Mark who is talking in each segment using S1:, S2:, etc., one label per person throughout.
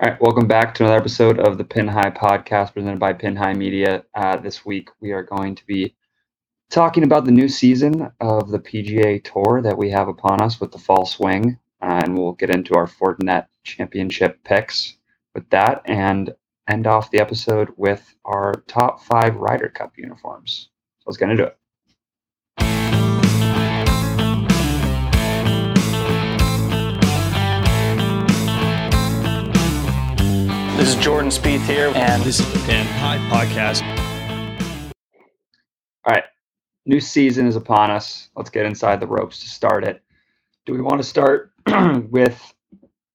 S1: All right, welcome back to another episode of the Pin High Podcast presented by Pin High Media. Uh, this week we are going to be talking about the new season of the PGA Tour that we have upon us with the fall swing, uh, and we'll get into our Fortinet Championship picks with that and end off the episode with our top five Ryder Cup uniforms. So let's get into it.
S2: This is Jordan Spieth here, and
S3: This is the Pin High Podcast.
S1: new season is upon us. Let's get inside the ropes to start it. Do we want to start with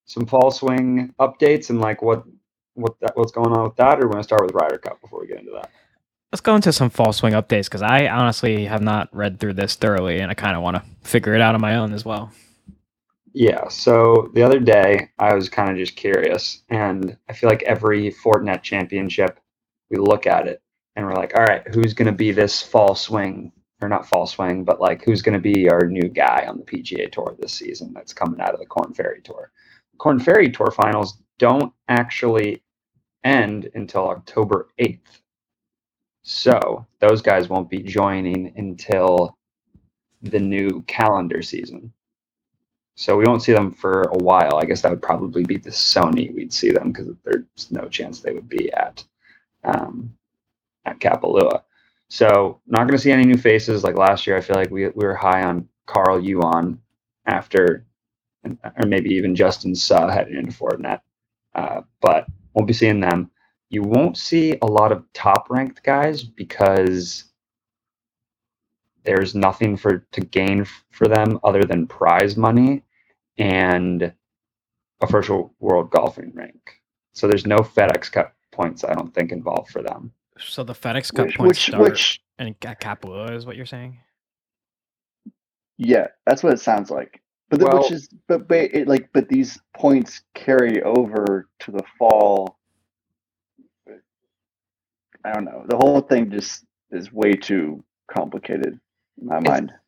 S1: some fall swing updates and like what what that, what's going on with that, or we want to start with Ryder Cup before we get into that?
S4: Let's go into some fall swing updates because I honestly have not read through this thoroughly and I kind of want to figure it out on my own as well.
S1: Yeah. So the other day, I was kind of just curious, and I feel like every Fortinet championship, we look at it and we're like, all right, who's going to be this fall swing, or not fall swing, but like who's going to be our new guy on the PGA Tour this season that's coming out of the Corn Ferry Tour? Corn Ferry Tour finals don't actually end until October 8th. So those guys won't be joining until the new calendar season. So we won't see them for a while. I guess that would probably be the Sony we'd see them because there's no chance they would be at um, at Kapalua. So not going to see any new faces like last year. I feel like we we were high on Carl Yuan after, or maybe even Justin Suh heading into Fortinet, uh, but won't be seeing them. You won't see a lot of top ranked guys because there's nothing for to gain f- for them other than prize money and a first wo- world golfing rank. So there's no FedEx Cup points I don't think involved for them.
S4: So the FedEx Cup
S5: Which,
S4: points
S5: which,
S4: start
S5: which,
S4: and Ca- Kapalua is what you're saying.
S5: yeah, that's what it sounds like. But the,
S1: Well-
S5: which is, but, but it, like, but these points carry over to the fall. I don't know. The whole thing just is way too complicated in my
S1: It's-
S5: mind.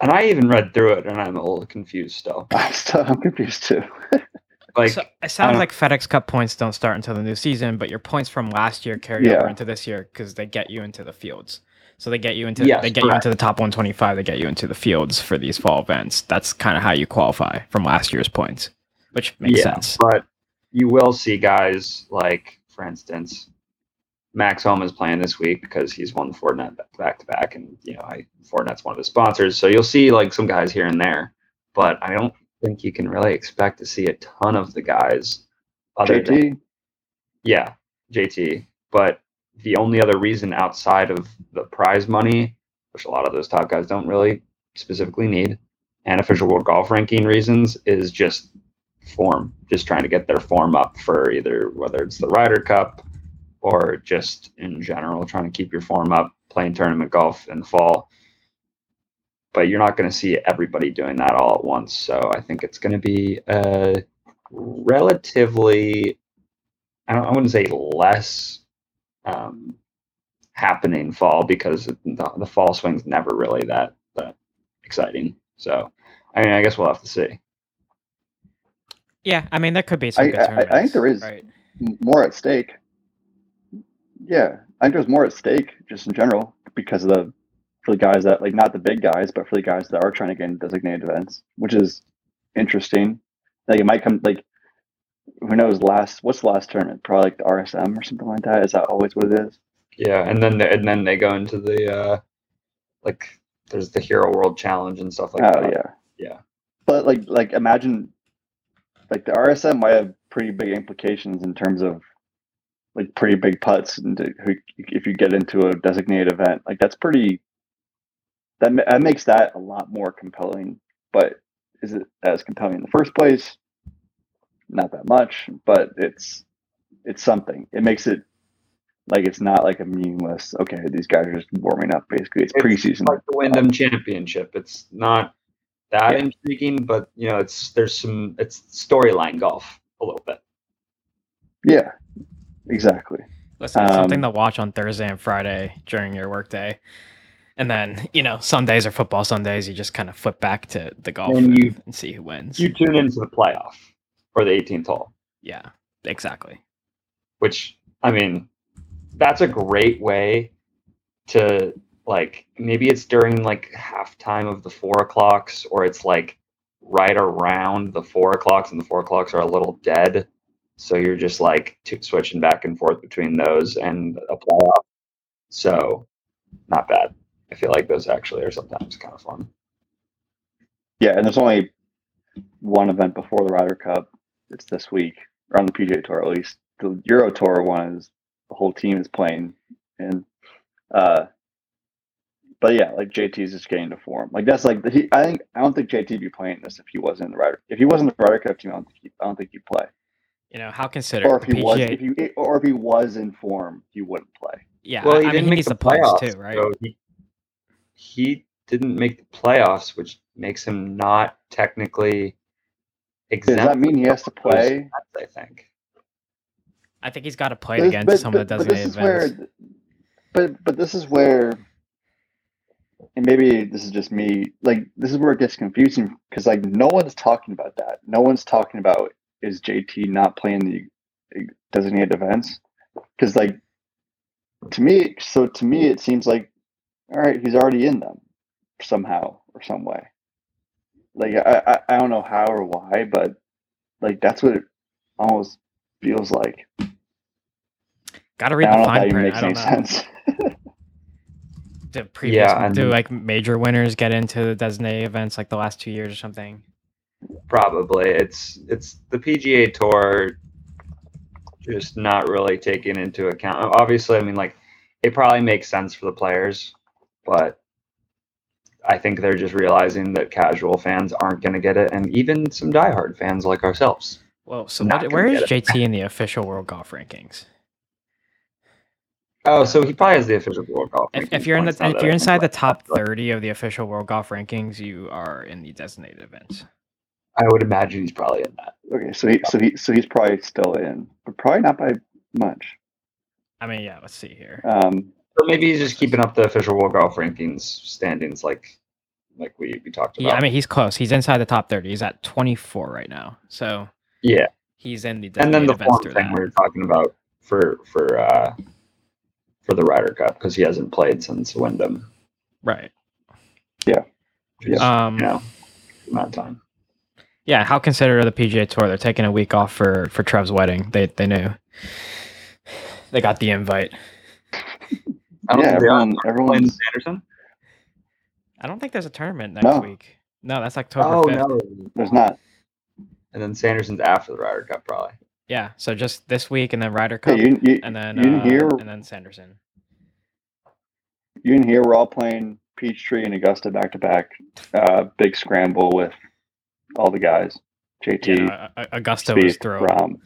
S1: And I even read through it and I'm a little confused still.
S5: I'm still, I'm confused too.
S1: Like
S4: so it
S1: don't-
S4: sounds like FedEx Cup points don't start until the new season, but your points from last year carry over
S5: Yeah.
S4: into this year because they get you into the fields. So they get you into
S1: Yes,
S4: they get
S1: correct.
S4: you into the top 125. They get you into the fields for these fall events. That's kind of how you qualify from last year's points, which makes
S1: Yeah.
S4: sense.
S1: but you will see guys like, for instance, Max Home is playing this week because he's won Fortinet back to back, and you know, I Fortinet's one of the sponsors, so you'll see like some guys here and there, but I don't think you can really expect to see a ton of the guys. Other than,
S5: JT,
S1: yeah, JT. But the only other reason outside of the prize money, which a lot of those top guys don't really specifically need, and official world golf ranking reasons is just form, just trying to get their form up for either whether it's the Ryder Cup or just in general trying to keep your form up playing tournament golf in the fall. But you're not going to see everybody doing that all at once. So I think it's going to be a relatively I, don't, I wouldn't say less um, happening fall because the, the fall swing's never really that that exciting. So, I mean, I guess we'll have to see.
S4: yeah, I mean there could be some.
S5: I-
S4: good
S5: I- I think
S4: tournaments,
S5: there is.
S4: Right.
S5: m- more at stake. Yeah, I think there's more at stake just in general because of the for the guys that like not the big guys, but for the guys that are trying to get into designated events, which is interesting. Like it might come like who knows last what's the last tournament? Probably like the RSM or something like that. Is that always what it is?
S1: Yeah, and then and then they go into the uh, like there's the Hero World Challenge and stuff like
S5: oh
S1: that.
S5: yeah,
S1: uh, Yeah.
S5: But like like imagine like the RSM might have pretty big implications in terms of like pretty big putts and to- who if you get into a designated event like that's pretty that ma- that makes that a lot more compelling. But is it as compelling in the first place? Not that much, but it's it's something. It makes it like it's not like a meaningless. Okay, these guys are just warming up. Basically, it's,
S1: It's
S5: preseason.
S1: It's like the Wyndham Championship. It's not that
S5: Yeah.
S1: intriguing, but you know, it's there's some it's storyline golf a little bit.
S5: yeah, exactly.
S4: Listen, it's something
S5: Um,
S4: to watch on Thursday and Friday during your workday. And then, you know, Sundays are football Sundays. You just kind of flip back to the golf
S1: And
S4: and,
S1: you-
S4: and see who wins.
S1: You tune into the playoff or the 18th hole.
S4: yeah. Exactly.
S1: which I mean, that's a great way to like maybe it's during like halftime of the four o'clocks, or it's like right around the four o'clocks, and the four o'clocks are a little dead, so you're just like t- switching back and forth between those and a playoff. So, not bad. I feel like those actually are sometimes kind of fun.
S5: Yeah, and there's only one event before the Ryder Cup. It's this week, or on the PGA Tour at least. The Euro Tour one is the whole team is playing, and uh, but yeah, like JT's just getting to form. Like that's like he, I think I don't think JT'd be playing this if he wasn't in the Ryder. If he wasn't the Ryder Cup team, I don't think he, I don't think he'd play.
S4: You know how considerate
S5: Or if
S4: the
S5: he was, if
S4: PGA.
S5: he or if he was in form, he wouldn't play.
S4: Yeah,
S1: Well, he
S4: I
S1: didn't
S4: mean he
S1: make
S4: needs
S1: the
S4: the points
S1: playoffs,
S4: too, right?
S1: so he, he didn't make the playoffs, which makes him not technically
S5: Does
S1: exempt.
S5: that mean he has to
S1: from those
S5: play?
S1: events, I think.
S4: I think he's got to play
S5: This-
S4: against some of the designated
S5: this is where,
S4: events.
S5: but but this is where, and maybe this is just me. Like this is where it gets confusing because like no one's talking about that. No one's talking about is JT not playing the eh, designated events because like to me, so to me it seems like all right, he's already in them somehow or some way. Like I I, I don't know how or why, but like that's what it almost feels like.
S4: Got to read
S5: I
S4: the
S5: don't know if that
S4: fine print.
S5: even makes
S4: I
S5: any
S4: don't know.
S5: sense.
S4: Do previous
S1: Yeah,
S4: do
S1: and-
S4: like major winners get into the designated events like the last two years or something?
S1: Probably it's it's the PGA Tour, just not really taken into account. Obviously, I mean, like it probably makes sense for the players, but I think they're just realizing that casual fans aren't going to get it, and even some diehard fans like ourselves.
S4: Well, so
S1: Not
S4: what,
S1: gonna
S4: where is
S1: get
S4: JT in the official world golf rankings?
S1: Oh, so he probably has the official world golf.
S4: If,
S1: rankings
S4: if you're in the
S1: points, now
S4: if
S1: that
S4: you're
S1: I
S4: inside the
S1: think about
S4: top
S1: it.
S4: thirty of the official world golf rankings, you are in the designated events.
S1: I would imagine he's probably in that.
S5: Okay, so he, so he, so he's probably still in, but probably not by much.
S4: I mean, yeah. Let's see here.
S1: Uh,
S5: Um,
S1: Or maybe he's just keeping up the official world golf rankings standings, like like we, we talked about.
S4: Yeah, I mean, he's close. He's inside the top thirty. He's at twenty four right now. So
S1: yeah,
S4: he's in the
S1: and then
S4: designated
S1: the
S4: events
S1: form
S4: through
S1: thing we
S4: that.
S1: were talking about for for uh, for the Ryder Cup because he hasn't played since Wyndham.
S4: Right.
S1: which is,
S4: Um.
S1: you know, amount of time.
S4: Yeah, how considerate of the PGA Tour? They're taking a week off for for Trev's wedding. They they knew. They got the invite.
S1: I don't
S5: yeah,
S1: think they are playing
S5: everyone, everyone's
S1: Sanderson.
S4: I don't think there's a tournament next
S5: No.
S4: week. No, that's October.
S1: Oh
S4: 5th.
S1: no,
S5: there's not.
S1: And then Sanderson's after the Ryder Cup, probably.
S4: Yeah, so just this week and then Ryder
S5: Hey,
S4: Cup
S5: you, didn't- you,
S4: and then
S5: you didn't
S4: uh,
S5: hear.
S4: and then Sanderson.
S5: You didn't hear. We're all playing Peachtree and Augusta back to back. Uh, big scramble with all the guys.
S4: Yeah,
S5: JT,
S4: no, A- A- Augusta was
S5: Speed,
S4: thrown.
S5: Rom.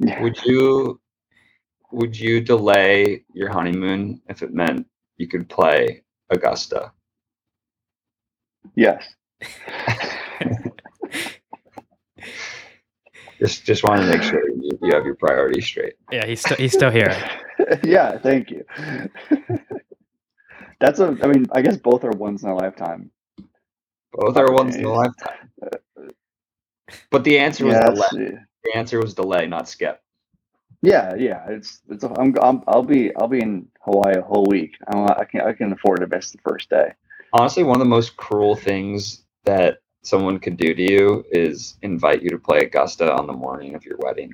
S5: Yeah,
S1: Would you would you delay your honeymoon if it meant you could play Augusta?
S5: yes.
S1: Just just want to make sure you you have your priorities straight.
S4: Yeah, he's still he's still here.
S5: yeah, thank you. That's a. I mean, I guess both are once in a lifetime.
S1: Both are once in a
S5: Jeez.
S1: lifetime. But the answer was
S5: Yeah,
S1: delay.
S5: that's-
S1: The answer was delay, not skip.
S5: Yeah, yeah, it's it's. I'm, I'm I'll be I'll be in Hawaii a whole week. I'm, I can I can afford to miss the first day.
S1: Honestly, one of the most cruel things that someone could do to you is invite you to play Augusta on the morning of your wedding.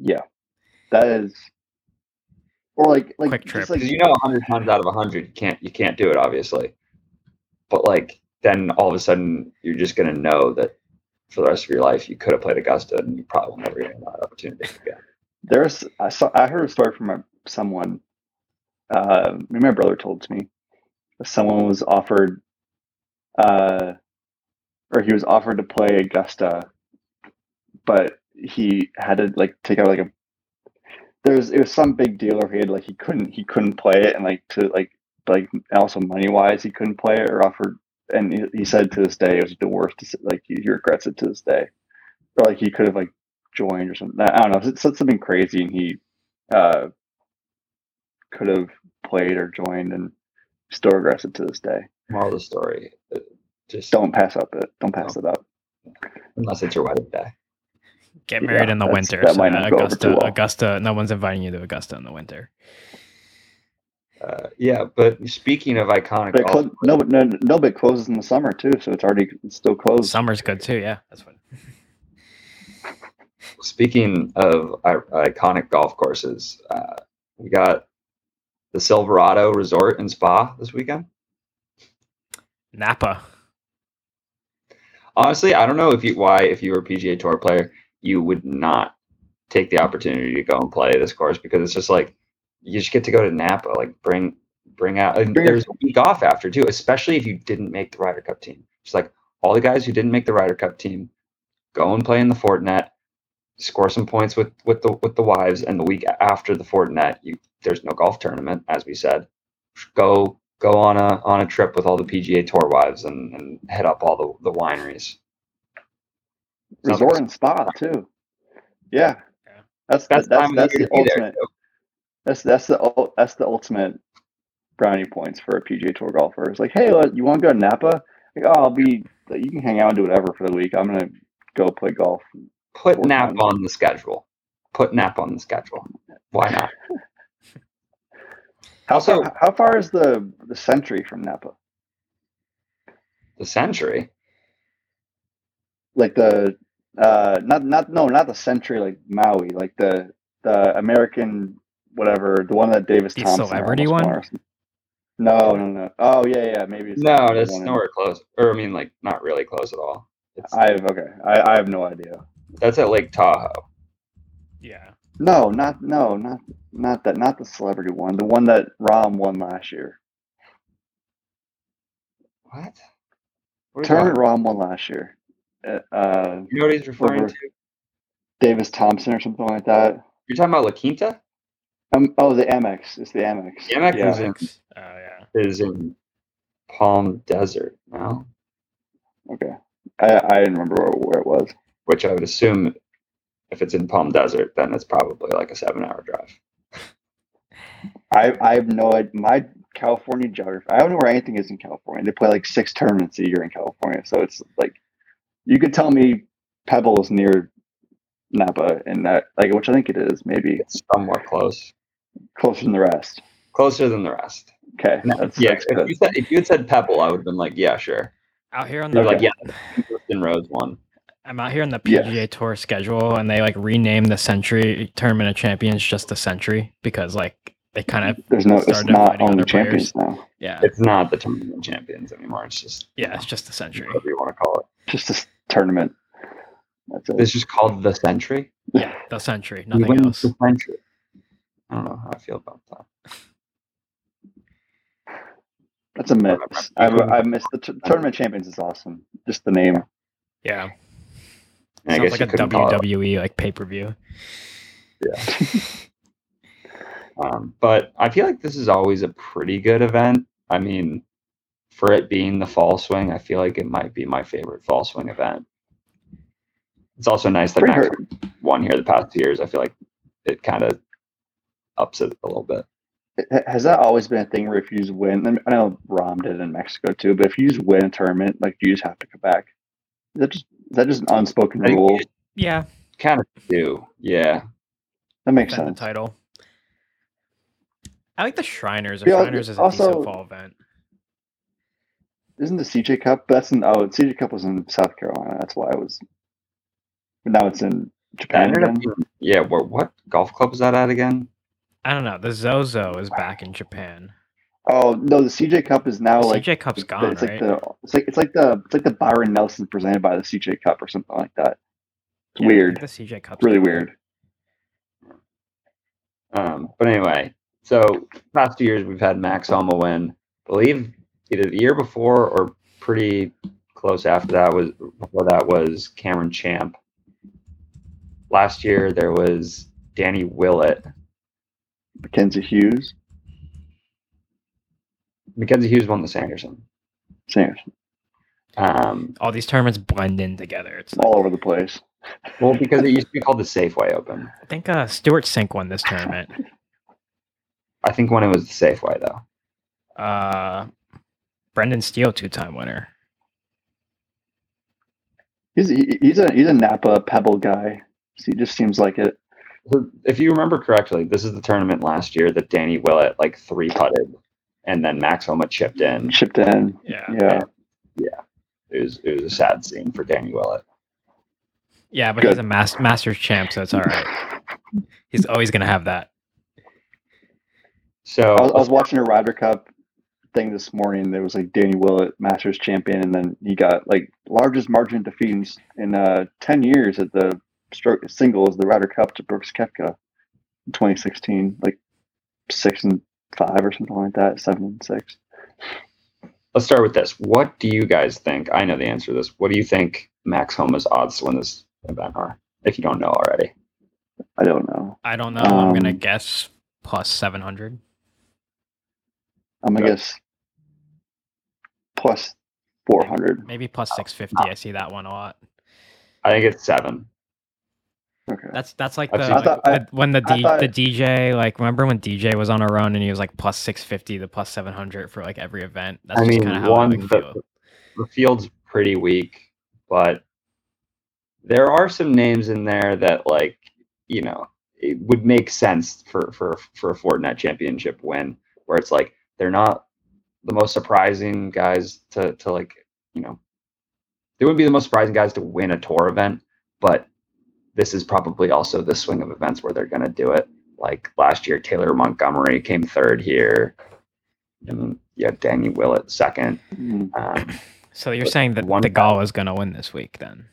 S5: Yeah, that is. Or like like
S4: Quick
S5: just
S4: trip.
S5: like
S1: because you know 100 times out of 100 you can't you can't do it obviously but like then all of a sudden you're just going to know that for the rest of your life you could have played augusta and you probably will never get that opportunity again
S5: there's I saw I heard a story from a, someone. Uh, maybe my brother told it to me. Someone was offered, uh, or he was offered to play Augusta, but he had to like take out like a. There was it was some big deal, or he had like he couldn't he couldn't play it, and like to like like and also money wise he couldn't play it, or offered, and he, he said to this day it was the worst. deci- Like he, he regrets it to this day, or like he could have like joined or something. I don't know. It said something crazy, and he uh, could have played or joined, and still regrets it to this day.
S1: moral of the story uh, just
S5: Don't pass up it. Don't pass it up.
S1: unless it's your wedding day
S4: Get married
S5: Yeah,
S4: in the
S5: that's-
S4: winter.
S5: that
S4: so
S5: might not go over
S4: Augusta,
S5: too well.
S4: Augusta. No one's inviting you to Augusta in the winter.
S1: Uh, yeah, but speaking of iconic,
S5: But it
S1: golf,
S5: clo- no, but no, no, but it closes in the summer too, so it's already it's still closed.
S4: Summer's good too. Yeah, that's what.
S1: speaking of I- iconic golf courses, uh, we got the Silverado Resort and Spa this weekend.
S4: Napa.
S1: honestly, I don't know if you why if you were a PGA Tour player, you would not take the opportunity to go and play this course because it's just like you just get to go to Napa, like bring bring out. And
S5: Bring your-
S1: there's a week off after too, especially if you didn't make the Ryder Cup team. It's like all the guys who didn't make the Ryder Cup team go and play in the Fortinet, score some points with with the with the wives, and the week after the Fortinet, you there's no golf tournament as we said. Go go on a on a trip with all the PGA Tour wives and, and head up all the, the wineries.
S5: Resort and spa too. Yeah,
S4: Yeah.
S5: that's
S1: That's
S5: the, that's
S1: time of
S5: that's
S1: year
S5: the
S1: to be there,
S5: ultimate. That's that's the ul- that's the ultimate brownie points for a PGA Tour golfer. It's like, hey, look, you want to go to Napa? Like, oh, I'll be. like, You can hang out and do whatever for the week. I'm gonna go play golf.
S1: Put
S5: Four
S1: nap
S5: times.
S1: on the schedule. Put nap on the schedule. Why not?
S5: How
S1: Also-
S5: far, how far is the the Century from Napa?
S1: The century.
S5: Like the uh, not not no not the Century like Maui like the the American whatever the one that Davis
S4: The
S5: Thompson
S4: celebrity
S5: almost
S4: one?
S5: won or something. No, no, no. Oh yeah, yeah. Maybe it's
S1: No,
S5: the
S1: that's
S5: one in-
S1: nowhere close. Or I mean, like not really close at all. It's,
S5: I have okay. I, I have no idea.
S1: that's at Lake Tahoe.
S4: Yeah.
S5: No, not no, not not that, not the celebrity one. The one that Rom won last year.
S1: What? what are you
S5: Tournament
S1: talking-
S5: Rom won last year. Uh, uh,
S1: you know what he's referring
S5: Over.
S1: to?
S5: Davis Thompson or something like that.
S1: You're talking about La Quinta?
S5: Um, oh, the Amex. It's the Amex.
S1: Yemek
S5: Yeah.
S1: is, in,
S4: Oh yeah.
S1: is in Palm Desert now,
S5: Okay. I I didn't remember where, where it was.
S1: which I would assume if it's in Palm Desert, then it's probably like a seven hour drive.
S5: I I have no idea. My California geography. I don't know where anything is in California. They play like six tournaments a year in California, so it's like you could tell me Pebble is near Napa, and that like which I think it is maybe
S1: It's somewhat close,
S5: closer than the rest.
S1: closer than the rest.
S5: Okay, that's,
S1: Yeah,
S5: that's
S1: if
S5: good.
S1: you, said, if you had said Pebble, I would have been like, yeah, sure.
S4: Out here on the
S1: They're like,
S5: Okay.
S1: yeah, that's Clifton Rhodes one.
S4: I'm out here on the
S5: Yes.
S4: PGA Tour schedule, and they like renamed the Century Tournament of Champions just the Century because like they kind of
S5: There's no. It's
S4: started
S5: not
S4: fighting
S5: on
S4: other
S5: the champions now.
S4: yeah
S1: It's not the tournament champions anymore. It's just
S4: yeah it's just the Century.
S1: whatever you want to call it.
S5: Just this tournament. That's it.
S1: It's just called the Century.
S4: Yeah, the Century,
S1: We win
S4: nothing else.
S1: The Century. I don't know how I feel about that.
S5: That's a miss. I, I missed the t- tournament champions is awesome. Just the name.
S4: Yeah,
S1: And I
S4: sounds
S1: guess
S4: like
S1: you
S4: a
S1: couldn't call it
S4: WWE like pay per view.
S1: Um, but I feel like this is always a pretty good event. I mean, for it being the fall swing, I feel like it might be my favorite fall swing event. It's also nice that
S5: Pretty
S1: Max
S5: hurt.
S1: won here the past two years. I feel like it kind of ups it a little bit.
S5: Has that always been a thing where if you just win? and I know Rom did in Mexico too, but if you just win a tournament, like you just have to come back. Is that just is that just an unspoken
S1: I think
S5: rule?
S4: Yeah,
S1: Kind of do, yeah.
S5: That makes
S4: defend the
S5: sense.
S4: title. I like the Shriners. The
S5: Yeah,
S4: Shriners is a
S5: also-
S4: decent fall event.
S5: Isn't the CJ Cup? That's in oh, CJ Cup was in South Carolina. That's why I was. But now it's in
S1: That
S5: Japan.
S1: ended up
S5: again.
S1: being- yeah. What, what golf club was that at again?
S4: I don't know. The Zozo is back in Japan.
S5: Oh no, the CJ Cup is now like
S4: CJ Cup's
S5: It's the-
S4: gone,
S5: it's
S4: right?
S5: like the it's like it's like the it's like the Byron Nelson presented by the CJ Cup or something like that. It's
S4: Yeah, I think
S5: weird,
S4: The CJ Cup's
S5: It's really
S4: gone.
S5: weird.
S1: Um, but anyway, so past two years we've had Max Homa win. I believe either the year before or pretty close after that was before that was Cameron Champ. Last year there was Danny Willett.
S5: Mackenzie Hughes,
S1: Mackenzie Hughes won the Sanderson.
S5: Sanders,
S1: Um,
S4: All these tournaments blend in together. It's
S5: all over the place.
S1: well, because it used to be called the Safeway Open.
S4: I think uh, Stuart Sink won this tournament.
S1: I think when it was the Safeway though.
S4: Uh, Brendan Steele, two-time winner.
S5: He's he- he's a he's a Napa Pebble guy. So it just seems like it.
S1: So if you remember correctly, this is the tournament last year that Danny Willett like three putted, and then Max Homa chipped in.
S5: Chipped in.
S3: Yeah.
S5: Yeah.
S1: It was it was a sad scene for Danny Willett.
S4: Yeah, but
S5: Good.
S4: he's a mas- Masters champ, so it's all right. He's always gonna have that.
S1: So
S5: I was, I was watching a Ryder Cup thing this morning. There was like Danny Willett, Masters champion, and then he got like largest margin defeat in, s- in uh, ten years at the stroke singles, the Ryder Cup to Brooks Koepka in 2016, like six and five or something like that, seven and six.
S1: let's start with this. What do you guys think? I know the answer to this. What do you think Max Homa's odds to win this event are? If you don't know already,
S5: I don't know.
S4: I don't know. I'm gonna
S5: Um,
S4: guess plus seven hundred.
S5: I'm gonna
S1: Yeah.
S5: guess plus 400.
S4: Maybe plus six fifty. I see that one a lot.
S1: I think it's seven.
S5: Okay.
S4: That's that's like the,
S1: I've seen- I
S5: thought-
S4: like, the- when the
S5: I
S4: D,
S5: thought-
S4: the DJ like remember when DJ was on a run and he was like plus six fifty to plus seven hundred for like every event. That's
S1: I
S4: just
S1: mean,
S4: kind of how
S1: one
S4: I would
S1: the,
S4: feel.
S1: the field's pretty weak, but there are some names in there that like you know it would make sense for for for a Fortnite championship win, where it's like they're not the most surprising guys to to like you know they wouldn't be the most surprising guys to win a tour event, but this is probably also the swing of events where they're going to do it. Like last year, Taylor Montgomery came third here, and yeah, Danny Willett second.
S5: Mm.
S1: Um,
S4: So you're
S1: but
S4: saying that
S1: one
S4: the Gala is gonna win this week then?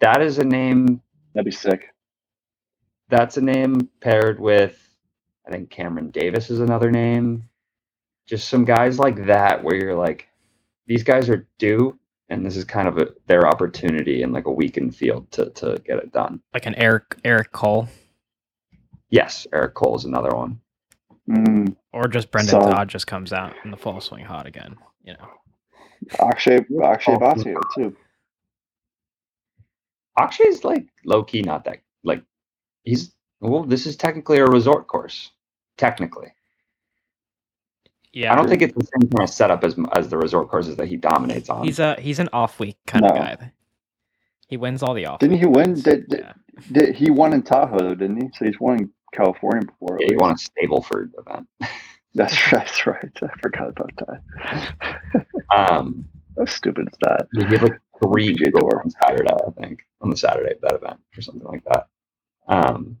S1: that is a name
S5: That'd be sick.
S1: that's a name paired with i think cameron davis is another name just some guys like that where you're like these guys are due and this is kind of a, their opportunity in like a weakened field to, to get it done
S4: Like an Eric Eric Cole
S1: yes eric cole is another one
S5: Mm.
S4: or just Brendan
S5: So-
S4: Todd just comes out in the fall swing hot again. You know,
S5: Akshay, Akshay Bhatia, too.
S1: Akshay's like low key not that like he's well this is technically a resort course technically
S4: yeah.
S1: i don't think it's the same kind of setup as as the resort courses that he dominates on
S4: he's a he's an off week kind of
S5: No.
S4: guy. He wins all the off.
S5: Didn't he win?
S4: weekends.
S5: Did- did-
S4: yeah.
S5: Did, he won in Tahoe, though, didn't he? So he's won in California before. at
S1: yeah, he
S5: least.
S1: won a stableford event
S5: That's right. That's right. I forgot about that.
S1: um
S5: How stupid is that?
S1: They gave like three
S5: PGA
S1: goals
S5: Tour.
S1: on Saturday, I think, on the Saturday of that event or something like that. Um,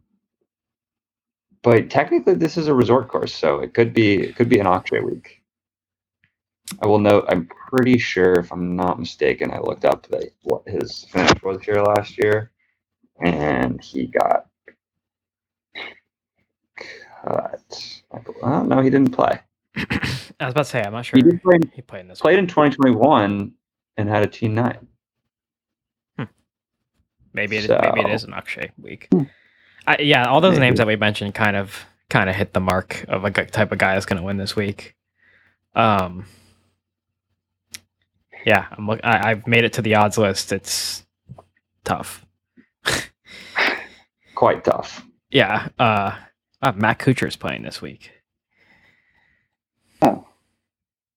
S1: but technically, this is a resort course, so it could be it could be an Octave week. I will note. I'm pretty sure, if I'm not mistaken, I looked up that what his finish was here last year, and he got cut. I bel- Oh no, he didn't play.
S4: I was about to say I'm not sure
S1: He did play in
S4: he played in this.
S1: played
S4: one.
S1: in 2021 and had a T9.
S4: Maybe it,
S1: So-
S4: maybe it is an Akshay week.
S5: Hmm.
S4: I, yeah, all those
S1: Maybe.
S4: names that we mentioned kind of kind of hit the mark of a gu- type of guy that's going to win this week. Um, yeah, I'm look. I, I've made it to the odds list. It's tough.
S1: Quite tough.
S4: Yeah, uh, uh, Matt Kuchar's playing this week.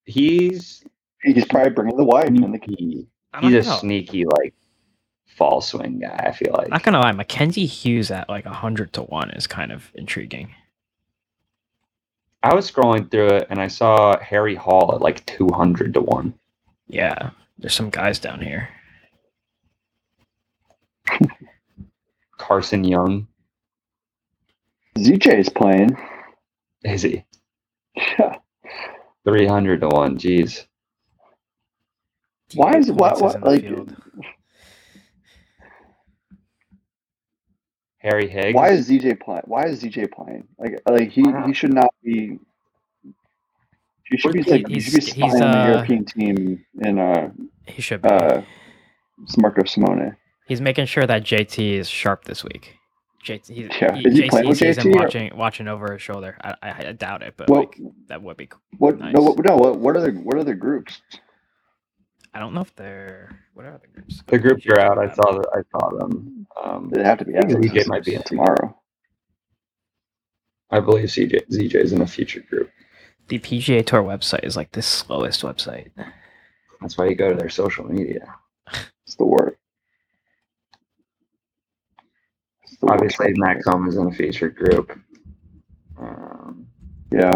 S1: he's
S5: He's probably bringing the wife and the kid.
S1: sneaky.
S4: I'm
S1: He's
S4: not
S1: a
S4: gonna-
S1: sneaky like fall swing guy. I feel like
S4: not gonna lie, Mackenzie Hughes at like hundred to one is kind of intriguing.
S1: I was scrolling through it and I saw Harry Hall at like two hundred to one.
S4: Yeah, there's some guys down here.
S1: Carson Young
S5: ZJ is playing.
S1: is he
S5: Yeah.
S1: three hundred to one? Jeez,
S5: Why
S4: Diego
S5: is- why-
S4: Palacios
S5: why-
S4: in the
S5: like-
S4: field.
S1: Harry Higgs.
S5: Why is ZJ playing? Why is ZJ playing? Like, like he,
S1: Wow.
S5: he should not be. He should be
S1: He's-
S5: like he should be
S4: he's-
S5: spying
S4: he's,
S5: on the
S4: uh,
S5: European team in uh
S4: he should be?
S5: uh Marco Simone.
S4: He's making sure that JT is sharp this week. JT, he's,
S5: Yeah. Is he playing with
S4: sees him
S5: JT or-
S4: watching watching over his shoulder. I, I, I doubt it, but
S5: Well-
S4: like that would be. cool.
S5: What
S4: Nice.
S5: no what no what what other what other groups?
S4: I don't know if they're what are the groups?
S1: the groups are out? I
S4: Um,
S1: saw the, I saw them. Um,
S5: They have to be
S1: I think
S5: Essex
S1: ZJ might be in.
S5: tomorrow.
S1: I believe CJ ZJ is in a future group.
S4: The PGA Tour website is like the slowest website.
S5: Mm.
S1: That's why you go to their social media.
S5: It's the word.
S1: Obviously, Matt Combs is in a featured group. Um,
S5: Yeah.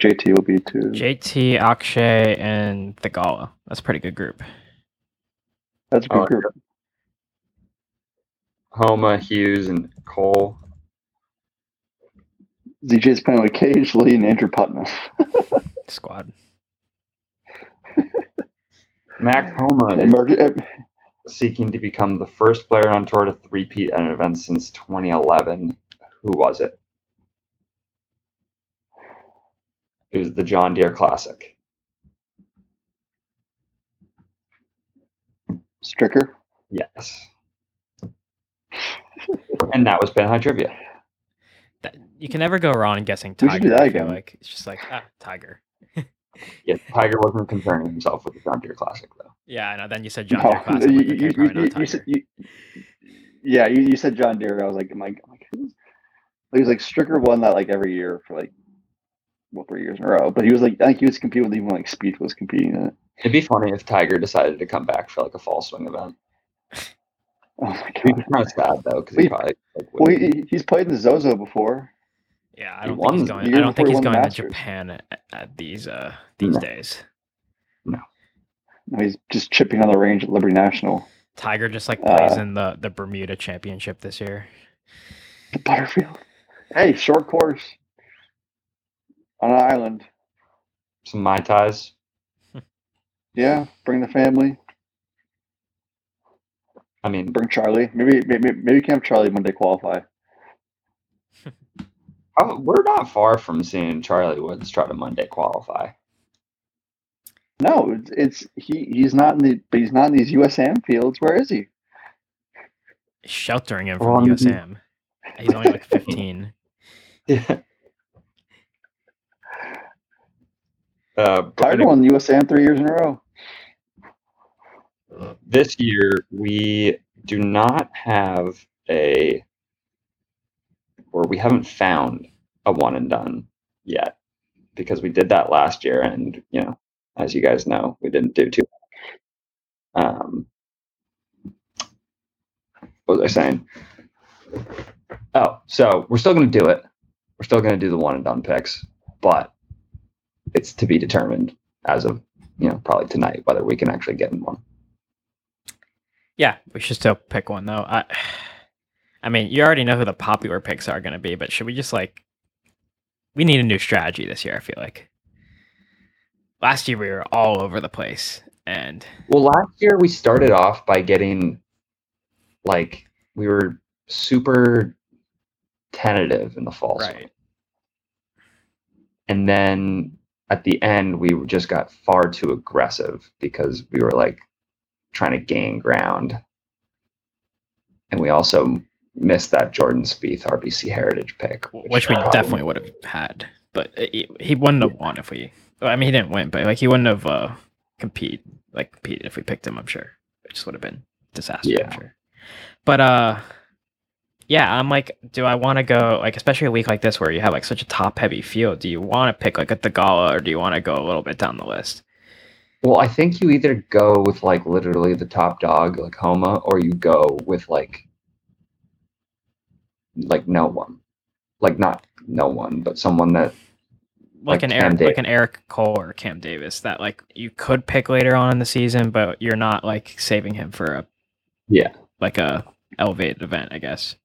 S5: JT will be too.
S4: JT, Akshay, and the Gala. That's a pretty good group.
S5: That's a good
S1: Oh,
S5: group.
S1: Homa, Hughes, and Cole.
S5: DJ's playing with Cage, Lee, and Andrew Putnam.
S4: Oh, Squad.
S1: Mac Homa is
S5: Emerg-
S1: seeking to become the first player on tour to three-peat at an event since 2011. Who was it? It was the John Deere Classic.
S5: Stricker.
S1: Yes. and that was Ben High Trivia.
S4: That, you can never go wrong guessing
S5: We
S4: Tiger.
S5: should do that
S4: I feel
S5: again.
S4: like it's just like ah, Tiger.
S1: Yeah, Tiger wasn't concerning himself with the John Deere Classic though.
S4: Yeah, I know. Then you said John
S5: No,
S4: Deere Classic.
S5: Oh, you-
S4: like, okay,
S5: you- you-
S4: probably
S5: you-
S4: not
S5: you
S4: Tiger.
S5: said- you- yeah, you, you said John Deere. I was like, I'm like, I'm like, who's? He was like Stricker won that like every year for like well three years in a row, but he was like, I think he was competing with even like Speed was competing in it.
S1: It'd be funny if Tiger decided to come back for like a fall swing event.
S5: Oh my
S1: It's
S5: god.
S1: kind of sad though because he
S5: Wait.
S1: probably like,
S5: Well,
S1: wouldn't-
S5: he, he's played in the Zozo before.
S4: Yeah, I
S1: He
S4: don't think
S1: won-
S4: he's
S5: the
S4: going. I
S5: year
S4: don't think
S5: before he
S4: he's
S5: won the
S4: going to
S5: Masters.
S4: Japan at, at these uh these
S1: No.
S4: days.
S5: No, he's just chipping on the range at Liberty National.
S4: Tiger just like plays
S5: Uh,
S4: in the the Bermuda Championship this year.
S5: The Butterfield. Hey, short course on an island.
S1: some mai tais.
S5: Yeah, bring the family.
S1: I mean,
S5: Bring Charlie. Maybe maybe maybe Camp Charlie when they qualify.
S1: oh, we're not far from seeing Charlie Woods try to Monday qualify.
S5: No, it's, it's he. He's not in the. But he's not in these USM fields. Where is he?
S4: Sheltering him
S1: Well,
S4: from
S1: I'm-
S4: USM. He's only like 15.
S1: Yeah. Uh, but
S5: Tiger won USM three years in a row.
S1: this year we do not have a, or we haven't found a one and done yet because we did that last year, and you know, as you guys know, we didn't do too. Um, what was I saying? Oh, so we're still going to do it. We're still going to do the one and done picks, but it's to be determined as of you know probably tonight whether we can actually get in one.
S4: Yeah, we should still pick one though. I, I mean, you already know who the popular picks are going to be, but should we just like? We need a new strategy this year. I feel like. Last year we were all over the place, and
S1: Well, last year we started off by getting like we were super tentative in the fall, swing.
S4: Right.
S1: And then at the end, we were- just got far too aggressive because we were like trying to gain ground, and we also missed that Jordan Spieth RBC Heritage pick,
S4: which we
S1: probably-
S4: definitely would have had, but uh, he, he wouldn't have won if we. well, I mean, he didn't win, but like he wouldn't have uh, compete like competed if we picked him. I'm sure it just would have been disaster.
S1: Yeah.
S4: I'm sure. But uh, yeah, I'm like, do I want to go like, especially a week like this where you have like such a top heavy field? Do you want to pick like a Tagala or do you want to go a little bit down the list?
S1: Well, I think you either go with like literally the top dog, like Homa, or you go with like like no one, like not no one, but someone that
S4: Like,
S1: Like
S4: an
S1: Cam
S4: Eric,
S1: Davis.
S4: like an Eric Cole or Cam Davis that like you could pick later on in the season, but you're not like saving him for a
S1: Yeah.
S4: like a elevated event, I guess.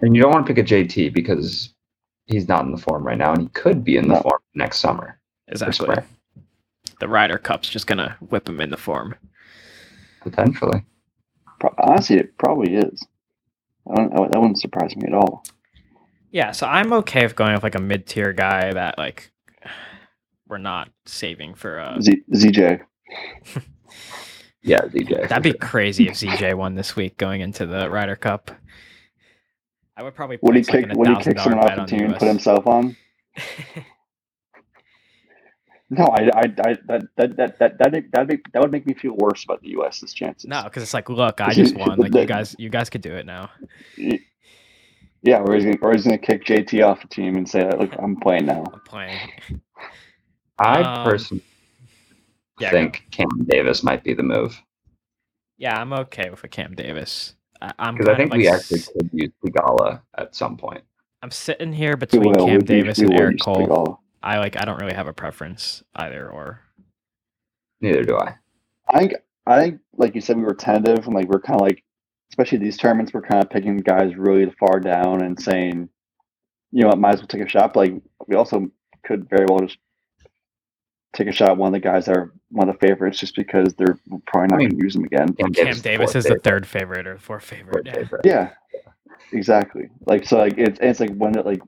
S1: and you don't want to pick a JT because he's not in the form right now, and he could be in the
S5: No.
S1: form next summer. or
S4: Exactly.
S1: spring,
S4: The Ryder Cup's just gonna whip him in the form.
S1: potentially.
S5: Pro- honestly, it probably is. I don't, I, that wouldn't surprise me at all.
S4: Yeah, so I'm okay with going with like a mid tier guy that like we're not saving for uh
S5: Z, ZJ.
S1: Yeah, DJ.
S4: that'd be crazy if ZJ won this week going into the Ryder Cup. I would probably
S5: Would he
S4: place, like,
S5: kick?
S4: an
S5: Would he
S4: $1,000
S5: kick someone off
S4: bet
S5: the
S4: on
S5: team and put
S4: US.
S5: himself on? No, I, I, I that that that that that that make that would make me feel worse about the U.S.'s chances.
S4: No, because it's like, look, I
S5: He-
S4: just won. Like you
S5: that-
S4: guys you guys could do it now.
S5: Yeah, or he's gonna, or he's gonna kick JT off the team and say, "Look, I'm playing now."
S4: I'm playing.
S1: I
S4: um,
S1: personally
S4: Yeah, go.
S1: think Cam Davis might be the move.
S4: yeah, I'm okay with a Cam Davis. I, I'm
S1: Because I
S4: kind of,
S1: think we
S4: like,
S1: actually
S4: s-
S1: could use Pegala at some point.
S4: I'm sitting here
S5: We
S4: between
S5: will, we
S4: Cam
S5: do-
S4: Davis
S5: we
S4: and
S5: will
S4: Eric
S5: use
S4: Cole.
S5: Pigallo.
S4: I like. I don't really have a preference either or.
S1: Neither do I.
S5: I think I think like you said, we were tentative and like we're kind of like, especially these tournaments, we're kind of picking guys really far down and saying, you know, what, might as well take a shot. But like we also could very well just take a shot at one of the guys that are one of the favorites, just because they're probably not
S1: I mean,
S5: going to use them again.
S1: Cam
S4: Cam Davis
S1: fourth
S4: is the
S1: favorite,
S4: third favorite or fourth
S1: fourth
S4: favorite.
S1: favorite.
S5: Yeah, exactly. Like so, like it's it's like when it like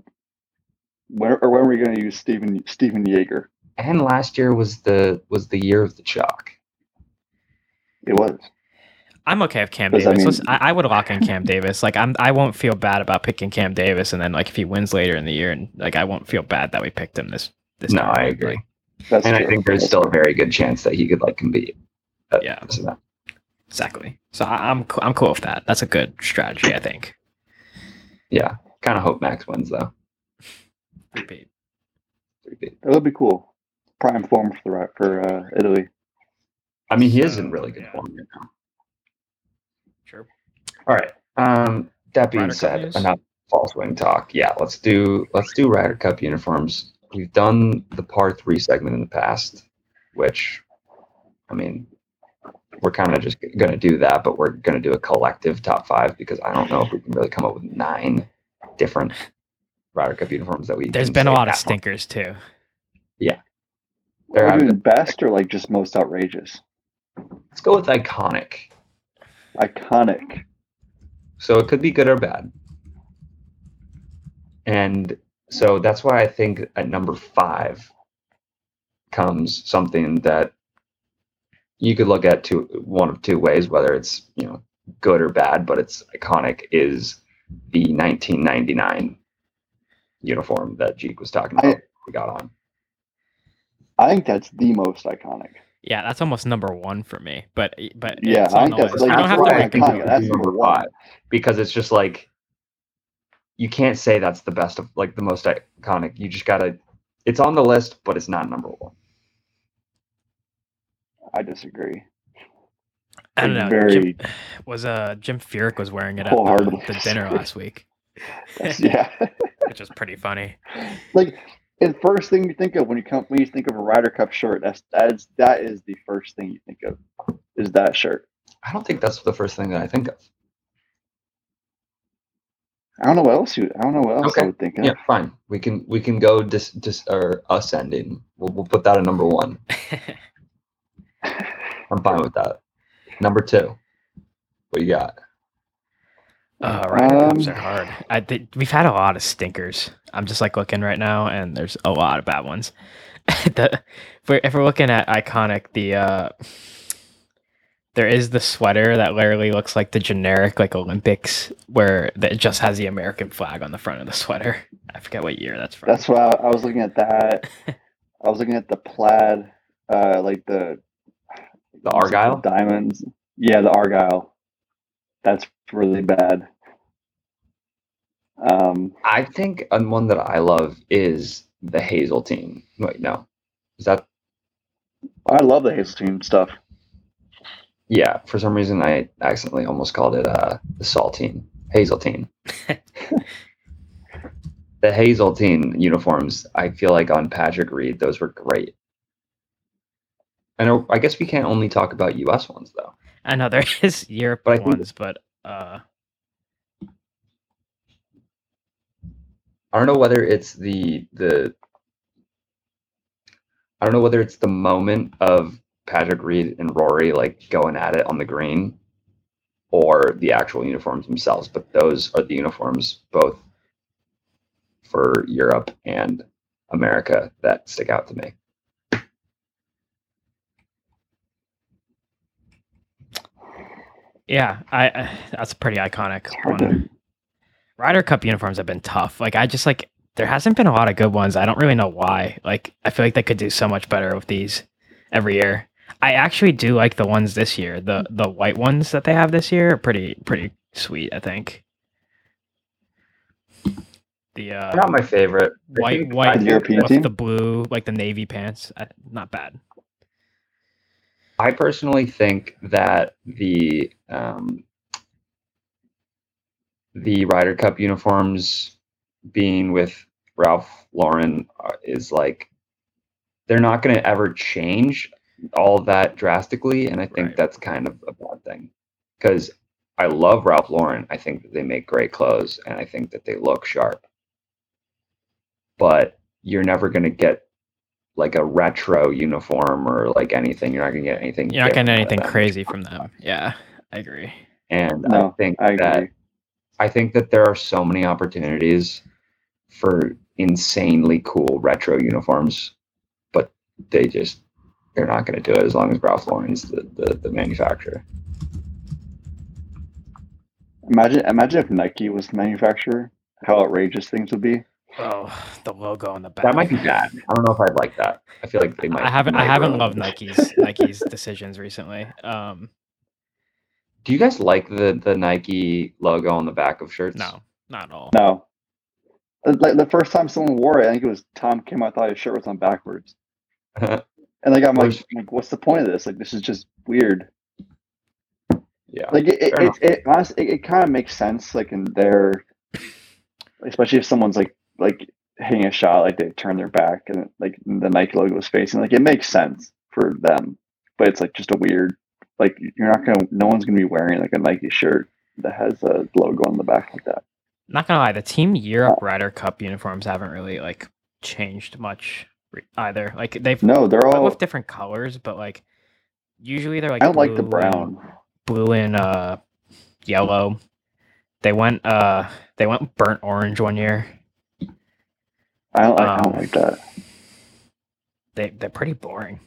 S5: when or when are we going to use Stephen Stephen Yeager?
S1: And last year was the was the year of the chalk.
S5: It was.
S4: I'm okay with Cam
S5: Does that
S4: Davis.
S5: mean-
S4: Listen, I, I would lock in Cam Davis. Like I'm, I won't feel bad about picking Cam Davis, and then like if he wins later in the year, and like I won't feel bad that we picked him this. this
S1: No,
S4: tournament.
S1: I agree.
S4: Like,
S5: That's
S1: and I
S5: true.
S1: think there's
S5: That's
S1: still a
S5: true.
S1: very good chance that he could like compete. at
S4: Yeah.
S1: this event.
S4: exactly. So I, I'm, co- I'm cool with that. That's a good strategy, I think.
S1: Yeah. Kind of hope Max wins though.
S4: Repeat.
S1: Three-peat.
S5: that would be cool. Prime form for the ri- for uh, Italy.
S1: I mean, he is
S4: So,
S1: in really good
S4: yeah.
S1: form right now.
S4: Sure.
S1: All right. Um, that being
S4: Ryder Cup
S1: said,
S4: news?
S1: enough false wing talk. Yeah, let's do let's do Ryder Cup uniforms. We've done the par three segment in the past, which, I mean, we're kind of just going to do that, but we're going to do a collective top five because I don't know if we can really come up with nine different Ryder Cup uniforms that we.
S4: There's
S1: can
S4: been a
S1: say
S4: lot of
S1: that one.
S4: stinkers too.
S1: There
S5: Are
S1: have
S5: we doing best or like just most outrageous?
S1: Let's go with iconic.
S5: Iconic.
S1: So it could be good or bad. And so that's why I think at number five comes something that you could look at two one of two ways, whether it's you know good or bad, but it's iconic is the 1999 uniform that Jeek was talking about.
S5: I-
S1: we got on.
S5: I think that's the most iconic.
S4: Yeah, that's almost number one for me. But but
S5: Yeah,
S4: it's
S5: I
S4: on
S5: think
S4: the
S5: that's
S4: list.
S5: like-
S4: I don't
S5: that's
S4: have to
S5: why I
S4: like.
S5: think
S1: iconic.
S5: that's number one.
S1: because it's just like you can't say that's the best of like the most iconic. You just gotta. It's on the list, but it's not number one.
S5: I disagree.
S4: I don't know.
S5: Very-
S4: Jim, was uh Jim Furyk was wearing it at the,
S5: Wholeheartedly
S4: the dinner
S5: disagree.
S4: last week,
S5: That's- yeah.
S4: which was pretty funny.
S5: like the first thing you think of when you come when you think of a Ryder Cup shirt, that's that is that is the first thing you think of is that shirt.
S1: I don't think that's the first thing that I think of.
S5: I don't know what else you I don't know what else
S1: Okay.
S5: I would think
S1: Yeah,
S5: of.
S1: fine. We can we can go dis, dis or ascending. We'll we'll put that at number one. I'm fine with that. Number two. What you got?
S4: Uh, Ryder Cups
S5: Um,
S4: are hard. I thi- we've had a lot of stinkers. I'm just like looking right now, and there's a lot of bad ones. the, if, we're, if we're looking at iconic, the uh, there is the sweater that literally looks like the generic like Olympics, where that it just has the American flag on the front of the sweater. I forget what year that's from.
S5: That's why I, I was looking at that. I was looking at the plaid, uh like the
S1: The Argyle.
S5: diamonds. Yeah, the Argyle. That's really bad. Um
S1: I think and one that I love is the Hazel team. Wait, no, is that
S5: I love the Hazeltine stuff.
S1: Yeah, for some reason I accidentally almost called it uh, the saltine, hazeltine. the hazeltine uniforms, I feel like on Patrick Reed, those were great. And I- I guess we can't only talk about U.S. ones though.
S4: I know there is Europe
S1: But I think-
S4: ones, but uh,
S1: I don't know whether it's the the I don't know whether it's the moment of Patrick Reed and Rory like going at it on the green or the actual uniforms themselves, but those are the uniforms both for Europe and America that stick out to me.
S4: yeah, I, I that's a pretty iconic
S5: hard
S4: one. Ryder Cup uniforms have been tough. Like I just like there hasn't been a lot of good ones. I don't really know why. Like I feel like they could do so much better with these every year. I actually do like the ones this year. The the white ones that they have this year are pretty pretty sweet, I think. The uh
S1: Not my favorite. I
S4: white
S1: think-
S4: white
S5: The European
S4: with
S5: team?
S4: the blue like the navy pants. I, not bad.
S1: I personally think that the um, the Ryder Cup uniforms being with Ralph Lauren are- is like they're not going to ever change all that drastically, and I think
S4: Right.
S1: that's kind of a bad thing because I love Ralph Lauren. I think that they make great clothes, and I think that they look sharp. But you're never going to get like a retro uniform or like anything. You're not going to get anything.
S4: You're not getting
S1: different out of
S4: anything
S1: them.
S4: crazy from them. Yeah, I agree.
S1: And I
S5: No,
S1: think
S5: I
S1: that
S5: agree.
S1: I think that there are so many opportunities for insanely cool retro uniforms, but they just they're not going to do it as long as Ralph Lauren's the, the, the manufacturer.
S5: Imagine, imagine if Nike was the manufacturer. How outrageous things would be.
S4: Oh, the logo on the back.
S1: That might be bad. I don't know if I'd like that. I feel like they might.
S4: I haven't I
S1: might
S4: haven't
S1: ruin
S4: loved
S1: it.
S4: Nike's Nike's decisions recently. Um,
S1: Do you guys like the the Nike logo on the back of shirts?
S4: no, not at all.
S5: No, Uh, like the first time someone wore it, I think it was Tom Kim. I thought his shirt was on backwards, and like I'm like,
S1: Where's-
S5: I'm like, what's the point of this? Like this is just weird.
S1: Yeah.
S5: Like it, it,
S1: Fair
S5: it, it honestly, it, it kind of makes sense. Like in their, especially if someone's like like hitting a shot, like they turn their back and like the Nike logo is facing, like it makes sense for them. But it's like just a weird, like you're not gonna, no one's gonna be wearing like a Nike shirt that has a logo on the back like that.
S4: Not gonna lie, the Team Europe Ryder Cup uniforms haven't really like changed much re- either. Like they've
S5: No, they're
S4: come
S5: all.
S4: with different colors, but like usually they're like
S5: I like the
S4: blue and-
S5: brown.
S4: blue and uh yellow. They went uh they went burnt orange one year.
S5: I don't, I don't
S4: Um,
S5: like that.
S4: They they're pretty boring.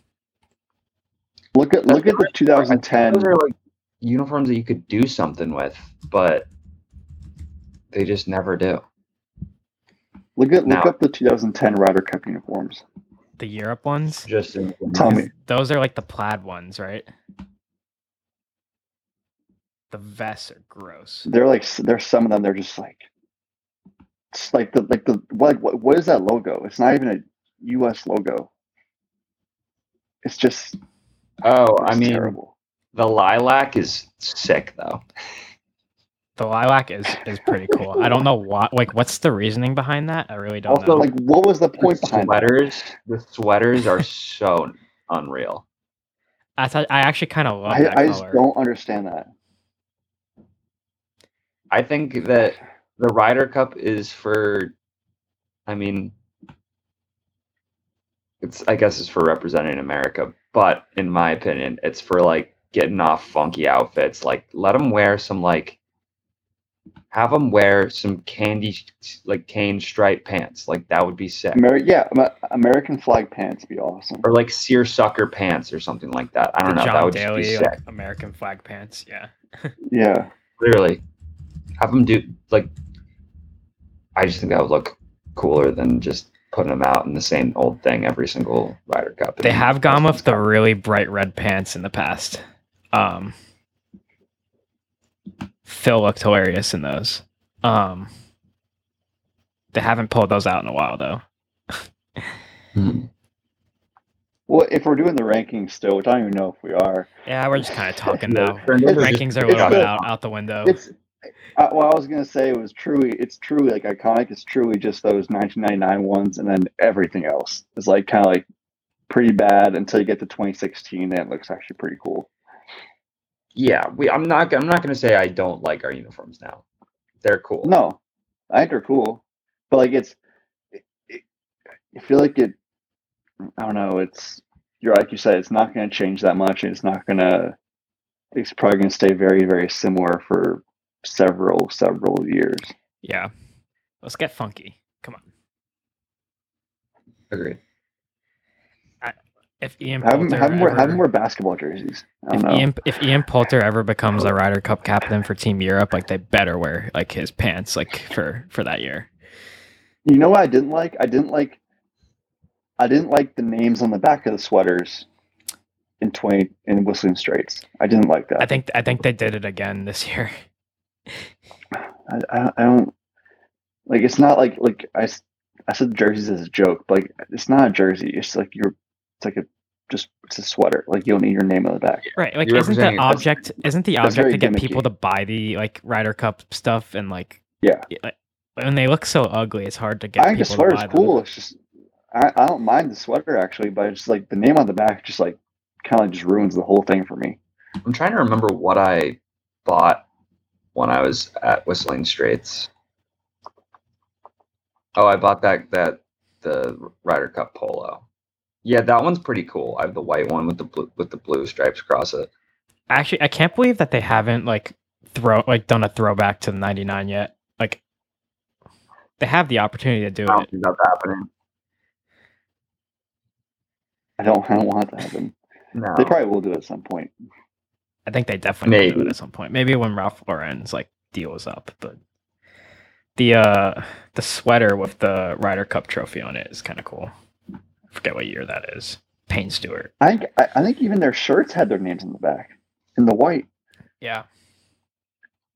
S5: Look at look at the
S1: Those
S5: 2010.
S1: are like uniforms that you could do something with, but they just never do.
S5: Look at look
S1: now.
S5: up the 2010 Ryder Cup uniforms.
S4: The Europe ones.
S1: Just in-
S5: Tell me,
S4: Those are like the plaid ones, right? The vests are gross.
S5: they're like s- there's some of them. They're just like it's like the like the what what, what is that logo? It's not even a U.S. logo. It's just it's
S1: Oh, I mean,
S5: terrible.
S1: the lilac is sick though.
S4: The lilac is is pretty cool. I don't know why. Like, what's the reasoning behind that? I really don't
S1: Also,
S4: know.
S5: Like what was the
S1: The
S5: point behind that?
S1: sweaters, the sweaters are so unreal.
S4: I thought I actually kind of love that
S5: I, I just
S4: color.
S5: don't understand that.
S1: I think that the Ryder Cup is for, I mean, it's I guess it's for representing America, but in my opinion, it's for like getting off funky outfits. Like let them wear some like, have them wear some candy like cane stripe pants. Like that would be sick.
S5: Ameri- yeah, Ama- American flag pants be awesome.
S1: or like seersucker pants or something like that. I don't
S4: the
S1: know.
S4: John
S1: that would
S4: Daly
S1: just be sick.
S4: like, American flag pants. Yeah.
S5: Yeah,
S1: Literally, have them do like. I just think that would look cooler than just putting them out in the same old thing every single Ryder Cup.
S4: They
S1: And
S4: have gone with the really bright red pants in the past. Um, Phil looked hilarious in those. Um, they haven't pulled those out in a while though.
S1: Hmm.
S5: well, if we're doing the rankings still, which I don't even know if we are,
S4: Yeah, we're just kind of talking
S1: Yeah,
S4: now.
S1: they're just-
S4: Rankings are a
S5: it's
S4: little bit
S5: the-
S4: out, out the window.
S5: it's I, well, I was gonna say it was truly, it's truly like iconic. It's truly just those 1999 ones, and then everything else is like kind of like pretty bad until you get to 2016, and it looks actually pretty cool.
S1: Yeah, we. I'm not. I'm not gonna say I don't like our uniforms now. They're cool.
S5: No, I think they're cool, but like it's, it, it, I feel like it. I don't know. It's you're like you said, it's not gonna change that much, and it's not gonna. It's probably gonna stay very, very similar for several, several years.
S4: Yeah, let's get funky. Come on.
S1: agreed.
S4: If Ian
S5: Have them,
S4: Poulter
S5: have them, wear,
S4: ever-
S5: have them wear basketball jerseys. I
S4: if
S5: don't know.
S4: Ian, if Ian Poulter ever becomes a Ryder Cup captain for Team Europe, like they better wear like his pants like for for that year.
S5: You know what I didn't like? I didn't like I didn't like the names on the back of the sweaters in twenty in Whistling Straits. I didn't like that.
S4: I think I think they did it again this year.
S5: I, I, I don't like it's not like like I, s- I said jerseys as a joke, but like it's not a jersey. It's like you're it's like a just it's a sweater. Like you don't need your name on the back.
S4: Right. Like
S1: You're
S4: isn't the
S1: representing- that's-
S4: object isn't the
S5: that's
S4: object
S5: very
S4: to get people
S5: gimmicky.
S4: to buy the like Ryder Cup stuff and like
S5: Yeah.
S4: like, when they look so ugly, it's hard to get.
S5: I think the
S4: people to
S5: sweater's
S4: buy them.
S5: cool. It's just I, I don't mind the sweater actually, but it's like the name on the back just like kind of just ruins the whole thing for me.
S1: I'm trying to remember what I bought when I was at Whistling Straits. Oh, I bought that that the Ryder Cup polo. Yeah, that one's pretty cool. I have the white one with the blue with the blue stripes across it.
S4: Actually, I can't believe that they haven't like throw like done a throwback to the '99 yet. Like they have the opportunity to do
S1: I don't
S4: it.
S1: think that's happening.
S5: I don't I don't want that to happen.
S1: No.
S5: They probably will do it at some point.
S4: I think they definitely will do it
S1: Maybe.
S4: at some point. Maybe when Ralph Lauren's like deal is up, but the uh the sweater with the Ryder Cup trophy on it is kind of cool. I forget what year that is. Payne Stewart.
S5: I think I, I think even their shirts had their names on the back in the white.
S4: Yeah.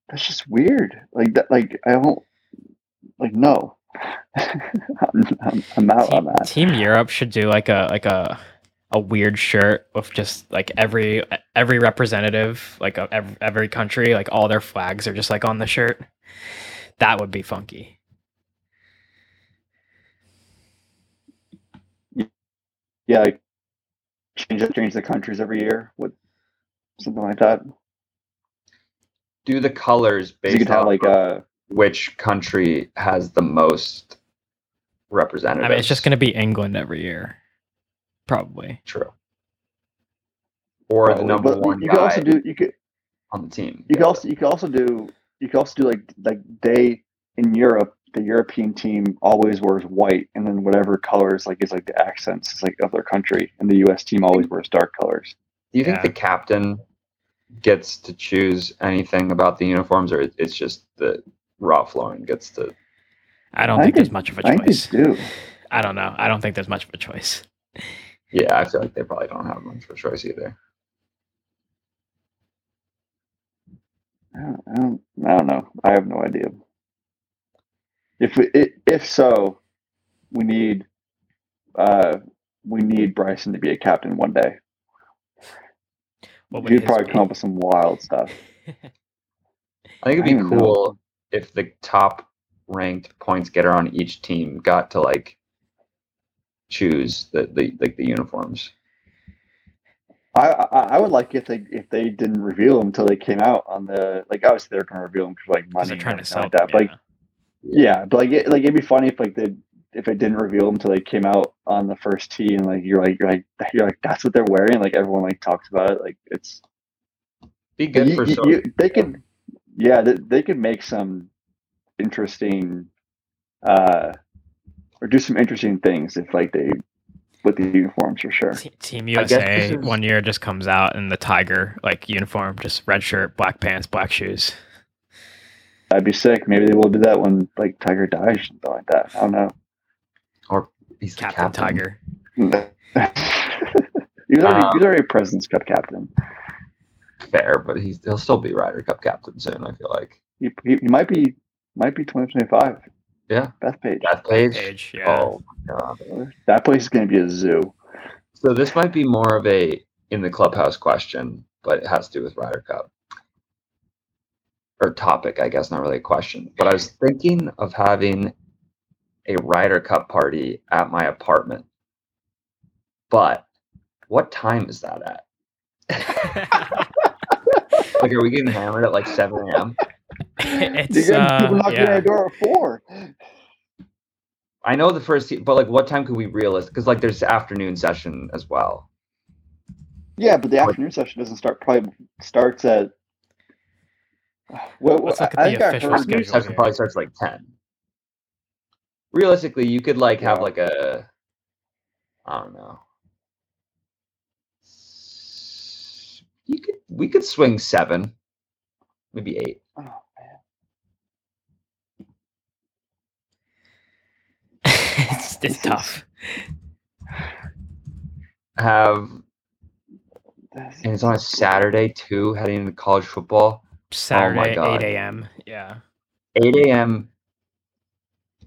S5: That's just weird. Like that. Like I don't. Like no. I'm, I'm, I'm out on
S4: Team,
S5: that.
S4: Team Europe should do like a like a a weird shirt with just like every every representative like of every, every country like all their flags are just like on the shirt. That would be funky.
S5: Yeah. Like, change change the countries every year. What something like that.
S1: do the colors
S5: You could
S1: based
S5: have
S1: on
S5: like uh
S1: which country has the most representatives.
S4: I mean, it's just going to be England every year, probably.
S1: true. Or
S5: probably,
S1: the number
S5: but
S1: one
S5: You
S1: guy
S5: could also do. You could
S1: on the team.
S5: You could also you could also do you could also do like like they in Europe the European team always wears white and then whatever colors like is like the accents like of their country and the U.S. team always wears dark colors.
S1: Do you think
S4: Yeah.
S1: the captain gets to choose anything about the uniforms, or it- it's just that Ralph Lauren gets to?
S4: I don't
S5: I
S4: think
S5: think-
S4: there's much of a
S5: I think
S4: choice.
S5: they do.
S4: I don't know. I don't think there's much of a choice.
S1: Yeah, I feel like they probably don't have much of a choice either.
S5: I don't, I don't, I don't know. I have no idea. If we, i- if so, we need uh we need Bryson to be a captain one day.
S4: What would
S5: He'd
S4: his
S5: probably
S4: be?
S5: come up with some wild stuff.
S1: I think
S5: I
S1: it'd be
S5: don't know.
S1: cool if the top ranked points getter on each team got to like choose the, the like the uniforms.
S5: I, I I would like if they if they didn't reveal them until they came out on the like obviously they're gonna reveal them because like
S4: Because
S5: money
S4: they're
S5: and
S4: trying to
S5: everything
S4: sell.
S5: like that but,
S4: them,
S5: like yeah but like it, like it'd be funny if like they if they didn't reveal them until they came out on the first tee and like you're like you're like you're like that's what they're wearing like everyone like talks about it like it's
S1: Be good
S5: you-
S1: for
S5: you-
S1: social
S5: you- they could yeah they, they could make some interesting uh or do some interesting things if like they with the uniforms for sure
S4: yeah. Te- Team
S1: guess this
S4: USA
S1: is-
S4: one year just comes out in the tiger like uniform, just red shirt, black pants, black shoes.
S5: That'd be sick. Maybe they will do that when like Tiger dies, or something like that. I don't know.
S1: he's the
S4: Captain, Tiger.
S5: he was already,
S1: Um,
S5: he was already President's Cup captain.
S1: Fair, but he's he'll still be Ryder Cup captain soon. I feel like.
S5: He, he, he might be might be twenty twenty five.
S1: Yeah.
S5: Beth Page.
S1: That page.
S4: Page. Yeah.
S1: Oh my god.
S5: That place is gonna be a zoo.
S1: So this might be more of a in the clubhouse question, but it has to do with Ryder Cup or topic, I guess, not really a question. But I was thinking of having a Ryder Cup party at my apartment. But what time is that at? Like, are we getting hammered at like 7 a.m.?
S4: it's
S5: You're gonna-
S4: uh,
S5: people knocking on
S4: yeah.
S5: your door at four.
S1: I know the first, se- but like, what time could we realist? Because like, there's afternoon session as well.
S5: Yeah, but the
S1: What?
S5: afternoon session doesn't start. Probably starts at. Well,
S4: Let's look at
S5: I
S4: the
S5: think I
S4: official
S5: heard-
S4: schedule.
S1: Afternoon session probably starts at, like 10. Realistically, you could like have
S5: Yeah.
S1: like a, I don't know. S- You could we could swing seven, maybe eight.
S5: Oh, man.
S4: it's, it's tough.
S1: Have
S5: That's-
S1: and it's on a Saturday too, heading into college football.
S4: Saturday,
S1: God.
S4: eight a.m. Yeah.
S1: 8 a.m.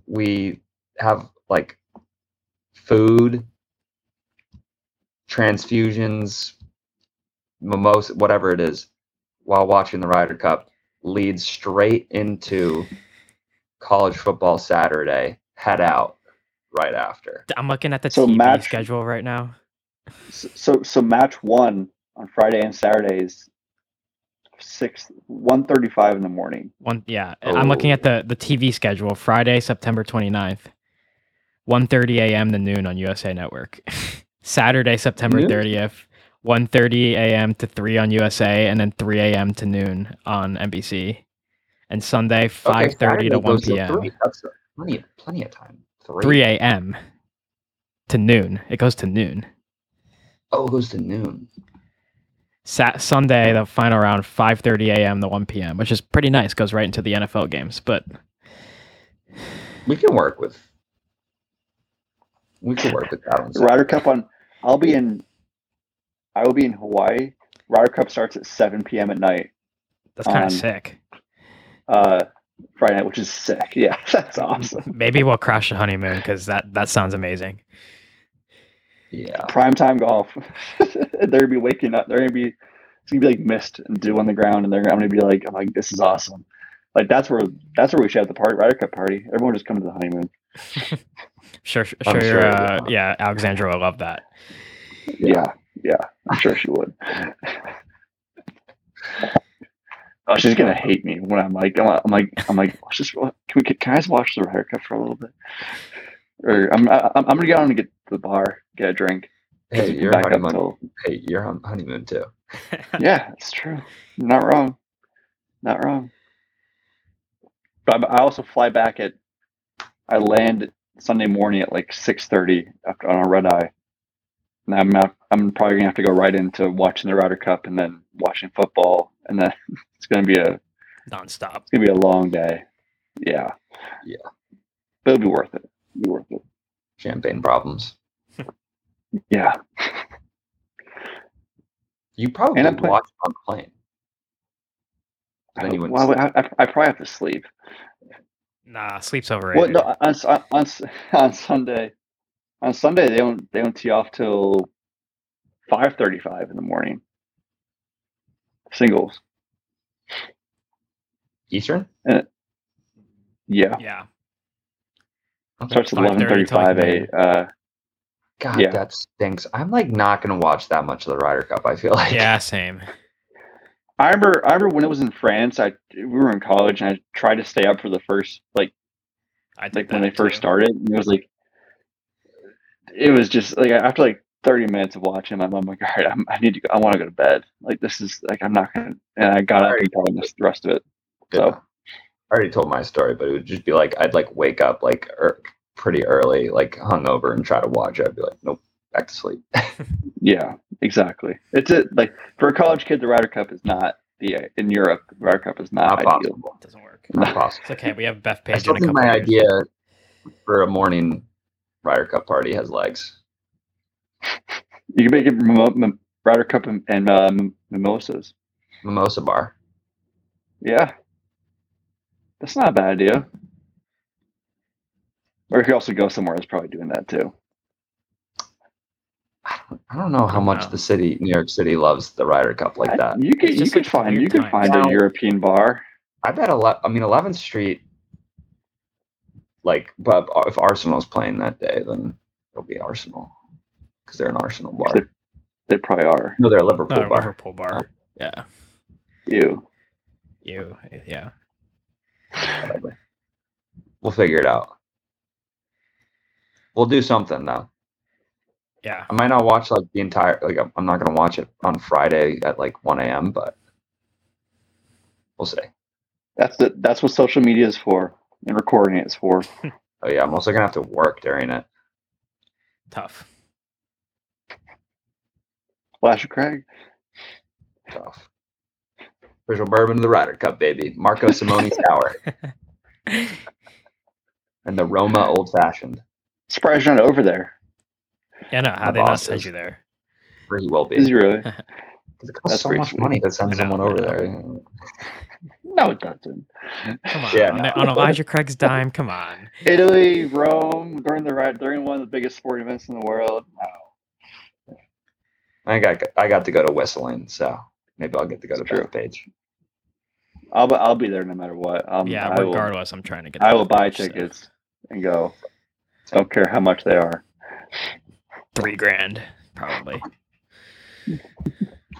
S1: We have like food, transfusions, mimosa, whatever it is, while watching the Ryder Cup leads straight into college football Saturday. Head out right after.
S4: I'm looking at the
S5: So
S4: TV
S5: match-
S4: schedule right now.
S5: S- So so match one on Friday and Saturday is six one thirty five in the morning.
S4: One, yeah, I'm looking
S1: Oh.
S4: at the the TV schedule. Friday, September 29th, 1:30 a.m. to noon on USA Network. Saturday, September
S5: Noon?
S4: 30th, 1:30 a.m. to three on USA, and then 3 a.m. to noon on NBC. And Sunday, 5:30
S1: Saturday
S4: to 1
S1: goes till
S4: p.m.
S1: three. That's plenty, plenty of time. 3.
S4: 3 a.m. to noon. It goes to noon.
S1: Oh, it goes to noon.
S4: Sat Sunday, the final round, 5:30 a.m. to 1 p.m., which is pretty nice. Goes right into the NFL games, but
S1: We can work with. We can work with that one.
S5: The Ryder Cup on I'll be in I will be in Hawaii. Ryder Cup starts at seven PM at night,
S4: that's kind
S5: Um,
S4: of sick.
S5: uh Friday night, which is sick. Yeah, that's awesome.
S4: Maybe we'll crash the honeymoon because that that sounds amazing.
S1: Yeah.
S5: Prime time golf. they're gonna be waking up, they're gonna be it's gonna be like mist and dew on the ground and they're I'm gonna be like I'm like, this is awesome. Like that's where that's where we should have the party Ryder Cup party. Everyone just come to the honeymoon.
S4: Sure, sure,
S1: I'm
S4: sure.
S1: sure it
S4: uh, yeah, Alexandra will love that.
S5: Yeah, yeah. I'm sure she would. oh, she's gonna hate me when I'm like, I'm, I'm like, I'm like, let's just can we get, can I just watch the Ryder Cup for a little bit? Or I'm I, I'm gonna get on and get to the bar, get a drink.
S1: Hey,
S5: get
S1: you're
S5: back
S1: on
S5: up
S1: honeymoon.
S5: till-
S1: Hey, you're on honeymoon too.
S5: yeah, it's true. You're not wrong. Not wrong. But I I also fly back at. I land Sunday morning at like six thirty on a red eye. And I'm not, I'm probably gonna have to go right into watching the Ryder Cup and then watching football, and then it's gonna be a it's
S4: Nonstop.
S5: gonna be a long day. Yeah.
S1: Yeah.
S5: But it'll be worth it. It'll be worth it.
S1: Champagne problems.
S5: Yeah.
S1: You probably
S5: And I'm playing-
S1: watch on the plane. Then you wouldn't
S5: Well, I, I, I probably have to sleep.
S4: Nah, sleep's overrated.
S5: Well, no, on, s- on, on s- on Sunday, on Sunday they don't they don't tee off till five thirty five in the morning. Singles,
S1: Eastern?
S5: yeah,
S4: yeah,
S5: starts at
S4: 5:30
S5: eleven thirty
S4: till, like,
S5: five a.
S4: noon.
S5: Uh,
S1: God,
S5: Yeah.
S1: that stinks. I'm like not gonna watch that much of the Ryder Cup. I feel like
S4: yeah, same.
S5: I remember I remember when it was in France. I we were in college and I tried to stay up for the first like
S4: I did
S5: like when
S4: that
S5: they first
S4: too.
S5: started. And it was like it was just like after like thirty minutes of watching, I'm, I'm like, all right, I'm, I need to go. I want to go to bed. Like this is like I'm not gonna. And I got up and probably missed the rest of it.
S1: Yeah.
S5: So.
S1: I already told my story, but it would just be like I'd like wake up like er, pretty early, like hungover, and try to watch it. I'd be like, nope, back to sleep.
S5: Yeah, exactly. It's it like for a college kid, the Ryder Cup is not the in Europe. The Ryder Cup is not,
S1: Not
S5: ideal.
S1: possible.
S4: Doesn't work.
S1: Not possible.
S4: It's okay. We have Beth
S1: I
S4: Page
S1: still
S4: in a
S1: think
S4: couple.
S1: my
S4: years.
S1: idea for a morning Ryder Cup party has legs.
S5: You can make it mimo- mim- Ryder Cup and, and uh, mim- mimosas.
S1: Mimosa bar.
S5: Yeah, that's not a bad idea. Or you could also go somewhere that's probably doing that too.
S1: I don't, I don't know how much
S4: No.
S1: the city, New York City, loves the Ryder Cup like that.
S5: you could
S4: It's
S5: you
S4: just
S5: could
S4: like
S5: find
S4: weird
S5: you could
S4: times.
S5: find
S1: Wow.
S5: a European bar.
S1: I bet a lot. I mean, 11th Street. Like, but if Arsenal's playing that day, then it'll be Arsenal because they're an Arsenal bar.
S5: They, they probably are.
S1: No, they're a Liverpool
S4: No,
S1: bar.
S4: Liverpool bar. Yeah.
S5: Ew.
S4: You. Yeah.
S1: Whatever. We'll figure it out. We'll do something though.
S4: Yeah.
S1: I might not watch like the entire. Like, I'm- I'm not gonna watch it on Friday at like 1 a.m. But we'll see.
S5: That's the, that's what social media is for, and recording it's for.
S1: Oh yeah, I'm also gonna have to work during it.
S4: Tough.
S5: Flash of Craig.
S1: Tough. Official bourbon of the Ryder Cup, baby. Marco Simone Sour and the Roma Old Fashioned.
S5: Surprised you're not over there.
S4: Yeah. No.
S1: My
S4: How they not
S1: boss
S4: send
S1: is-
S4: you there?
S1: Where he will be.
S5: Is you really?
S1: Because it costs
S5: That's
S1: so
S5: pretty
S1: much
S5: sweet.
S1: money to send
S4: I know,
S1: someone
S4: I
S1: over
S4: know.
S1: there.
S5: No, it doesn't.
S4: Come on.
S1: Yeah,
S4: on,
S1: no.
S4: the- on Elijah Craig's dime. Come on.
S5: Italy, Rome, during the ri- during one of the biggest sporting events in the world.
S1: I got I got to go to whistling, so maybe I'll get to go to
S5: True.
S1: Beth Page.
S5: I'll be- I'll be there no matter what. Um,
S4: yeah,
S5: I will-
S4: regardless, I'm trying to get.
S5: I
S4: the
S5: will buy
S4: package, so
S5: tickets and go. Don't care how much they are.
S4: Three grand, probably.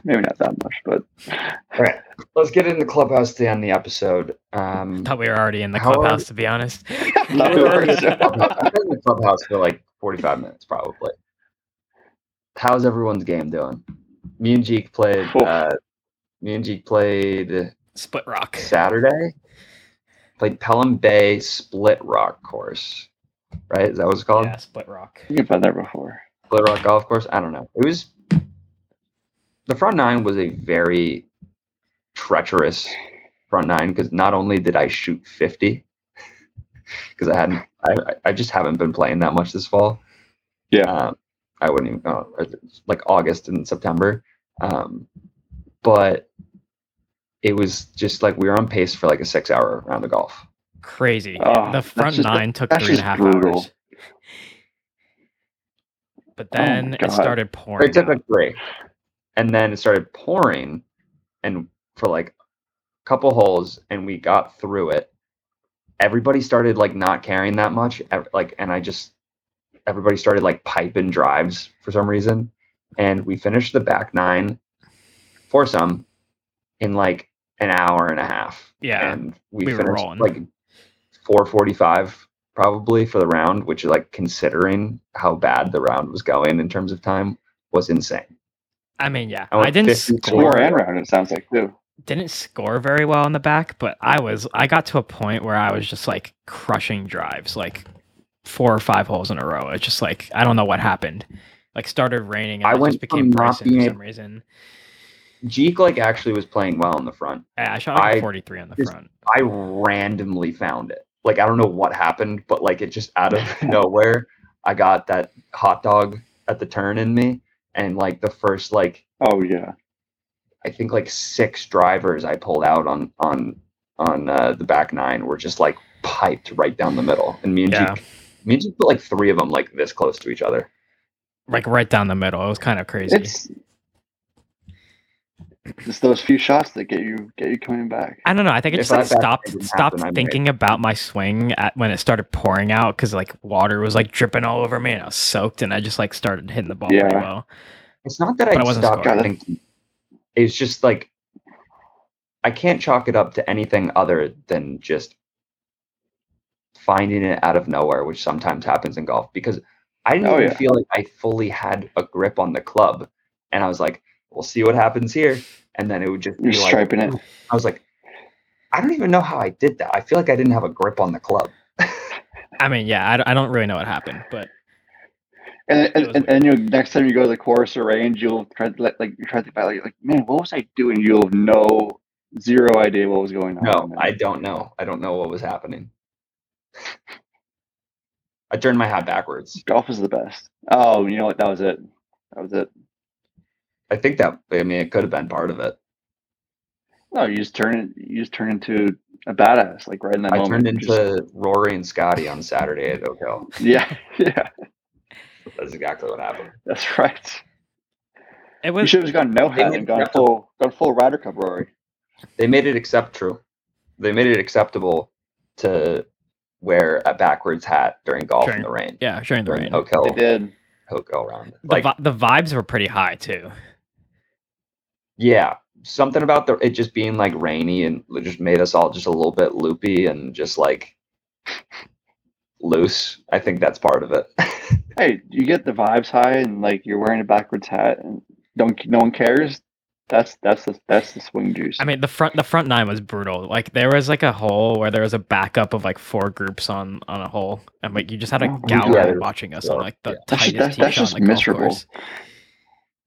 S5: Maybe not that much, but
S1: All right, let's get into clubhouse to end the episode. Um,
S4: Thought we were already in the
S1: How are-
S4: clubhouse, to be honest.
S1: I've
S5: not
S1: been
S5: worse.
S1: in the clubhouse for like 45 minutes, probably. How's everyone's game doing? Me and Jeek played.
S5: Oof.
S1: Uh, me and Jeek played
S4: Split Rock.
S1: Saturday. Played Pelham Bay Split Rock Course, right? Is that what it's called?
S4: Yeah, Split Rock.
S5: you can find that before.
S1: Split Rock Golf Course. I don't know. It was the front nine was a very treacherous front nine because not only did I shoot fifty because I hadn't, I, I- I just haven't been playing that much this fall.
S5: Yeah.
S1: um, I wouldn't even oh, it's like August and September, um, but it was just like we were on pace for like a six-hour round of golf.
S4: Crazy.
S5: Oh,
S4: the
S5: that's
S4: front
S5: just-
S4: nine took
S5: that's
S4: three and a
S5: just
S4: half
S5: brutal. Oh
S4: hours. But then
S5: God.
S4: it started pouring.
S1: It took a
S4: out.
S1: break, and then it started pouring, and for like a couple holes, and we got through it. Everybody started like not carrying that much, ev- like, and I just everybody started like piping drives for some reason, and we finished the back nine for some in like an hour and a half.
S4: Yeah,
S1: and we,
S4: we were
S1: finished
S4: rolling.
S1: like four forty five probably for the round, which like considering how bad the round was going in terms of time was insane.
S4: I mean, yeah,
S1: I went
S4: I didn't
S1: 52.
S5: Score
S4: score.
S5: and round. It sounds like too.
S4: Didn't score very well in the back, but I was. I got to a point where I was just like crushing drives, like four or five holes in a row. It's just like I don't know what happened. Like started raining. And
S1: I
S4: I went
S1: went
S4: just became
S1: from not
S4: Bryson
S1: being
S4: for
S1: able-
S4: some reason.
S1: Jeek like actually was playing well in the front.
S4: Yeah, I shot like
S1: I
S4: a 43 on the
S1: just-
S4: front.
S1: I randomly found it. Like I don't know what happened, but like it just out of nowhere, I got that hot dog at the turn in me, and like the first like
S5: Oh yeah.
S1: I think like six drivers I pulled out on on on uh, the back nine were just like piped right down the middle, and me and
S4: Yeah.
S1: Jeek, me and Jeek put like three of them like this close to each other.
S4: Like right down the middle. It was kind of crazy.
S5: It's it's those few shots that get you get you coming back.
S4: I don't know. I think I
S1: If
S4: just like
S1: that back
S4: stopped
S1: didn't
S4: stopped
S1: happen, I might-
S4: thinking about my swing at when it started pouring out because like water was like dripping all over me and I was soaked and I just like started hitting the ball pretty
S5: Yeah.
S4: well.
S1: It's not that
S4: But
S1: I,
S4: I wasn't
S1: stopped
S5: scoring.
S1: thinking. It's just like I can't chalk it up to anything other than just finding it out of nowhere, which sometimes happens in golf. Because I didn't
S5: Oh,
S1: even
S5: yeah.
S1: feel like I fully had a grip on the club, and I was like, "We'll see what happens here," and then it would just
S5: You're
S1: be like
S5: striping it.
S1: I was like, I don't even know how I did that. I feel like I didn't have a grip on the club.
S4: I mean, yeah, I, d- I don't really know what happened, but
S5: And
S4: was
S5: and, and, and you next time you go to the course or range, you'll try to let, like you try to think about like, like man, what was I doing? You'll have no zero idea what was going on.
S1: No,
S5: man.
S1: I don't know. I don't know what was happening. I turned my hat backwards.
S5: golf is the best. Oh, you know what? That was it. That was it.
S1: I think that I mean it could have been part of it.
S5: No, you just turn it. You just turn into a badass, like right in that
S1: I
S5: moment.
S1: turned
S5: You're just-
S1: into Rory and Scotty on Saturday at Oak Hill.
S5: yeah, yeah.
S1: That's exactly what happened.
S5: That's right.
S4: it
S5: You
S4: was
S5: should have gone no hat
S1: made
S5: and gone
S1: Raptor-
S5: full, gone full Ryder Cup Rory.
S1: They made it accept true. They made it acceptable to wear a backwards hat during golf
S4: Sure.
S1: in the rain.
S4: yeah, during the
S1: During
S4: rain.
S1: Oak
S5: They
S1: Hill,
S5: did.
S1: Oak Hill round.
S4: The, vi- the vibes were pretty high too.
S1: yeah something about the it just being like rainy and it just made us all just a little bit loopy and just like loose i think that's part of it
S5: Hey, you get the vibes high, and like you're wearing a backwards hat, and don't no one cares. That's that's the that's the swing juice.
S4: I mean, the front the front nine was brutal. Like there was like a hole where there was a backup of like four groups on on a hole, and like you just had a
S5: Oh,
S4: gallery
S1: yeah.
S4: watching us
S1: Yeah.
S4: on like the
S5: That's just-
S4: tightest
S5: that's-
S4: tee
S5: that's
S4: shot
S5: just
S4: on the golf
S5: miserable.
S4: course.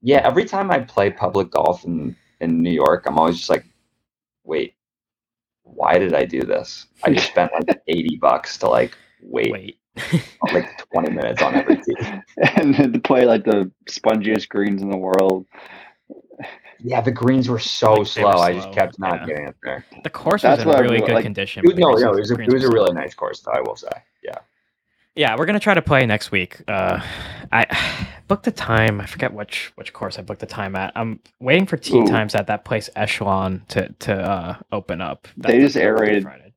S1: yeah every time i play public golf in in new york i'm always just like wait why did i do this i just spent like 80 bucks to like wait,
S4: Wait,
S1: like 20 minutes on every tee
S5: and then to play like the spongiest greens in the world.
S1: yeah the greens were so
S4: Like, they
S1: slow
S4: were
S1: i just
S4: slow,
S1: kept not
S4: yeah.
S1: getting it there
S4: the course
S5: That's
S4: was
S5: what I
S4: in really
S5: mean,
S4: good
S5: like-
S1: it
S4: condition.
S1: was,
S4: but
S1: no
S4: just-
S1: no it
S4: the
S1: was a,
S4: greens
S1: it was a
S4: were
S1: really nice course though i will say yeah
S4: yeah we're gonna try to play next week uh i booked the time. I forget which which course I booked the time at. I'm waiting for tea
S5: Ooh.
S4: times at that place Echelon to to uh, open up. That-
S5: They just
S4: that's open
S5: aerated-
S4: Friday.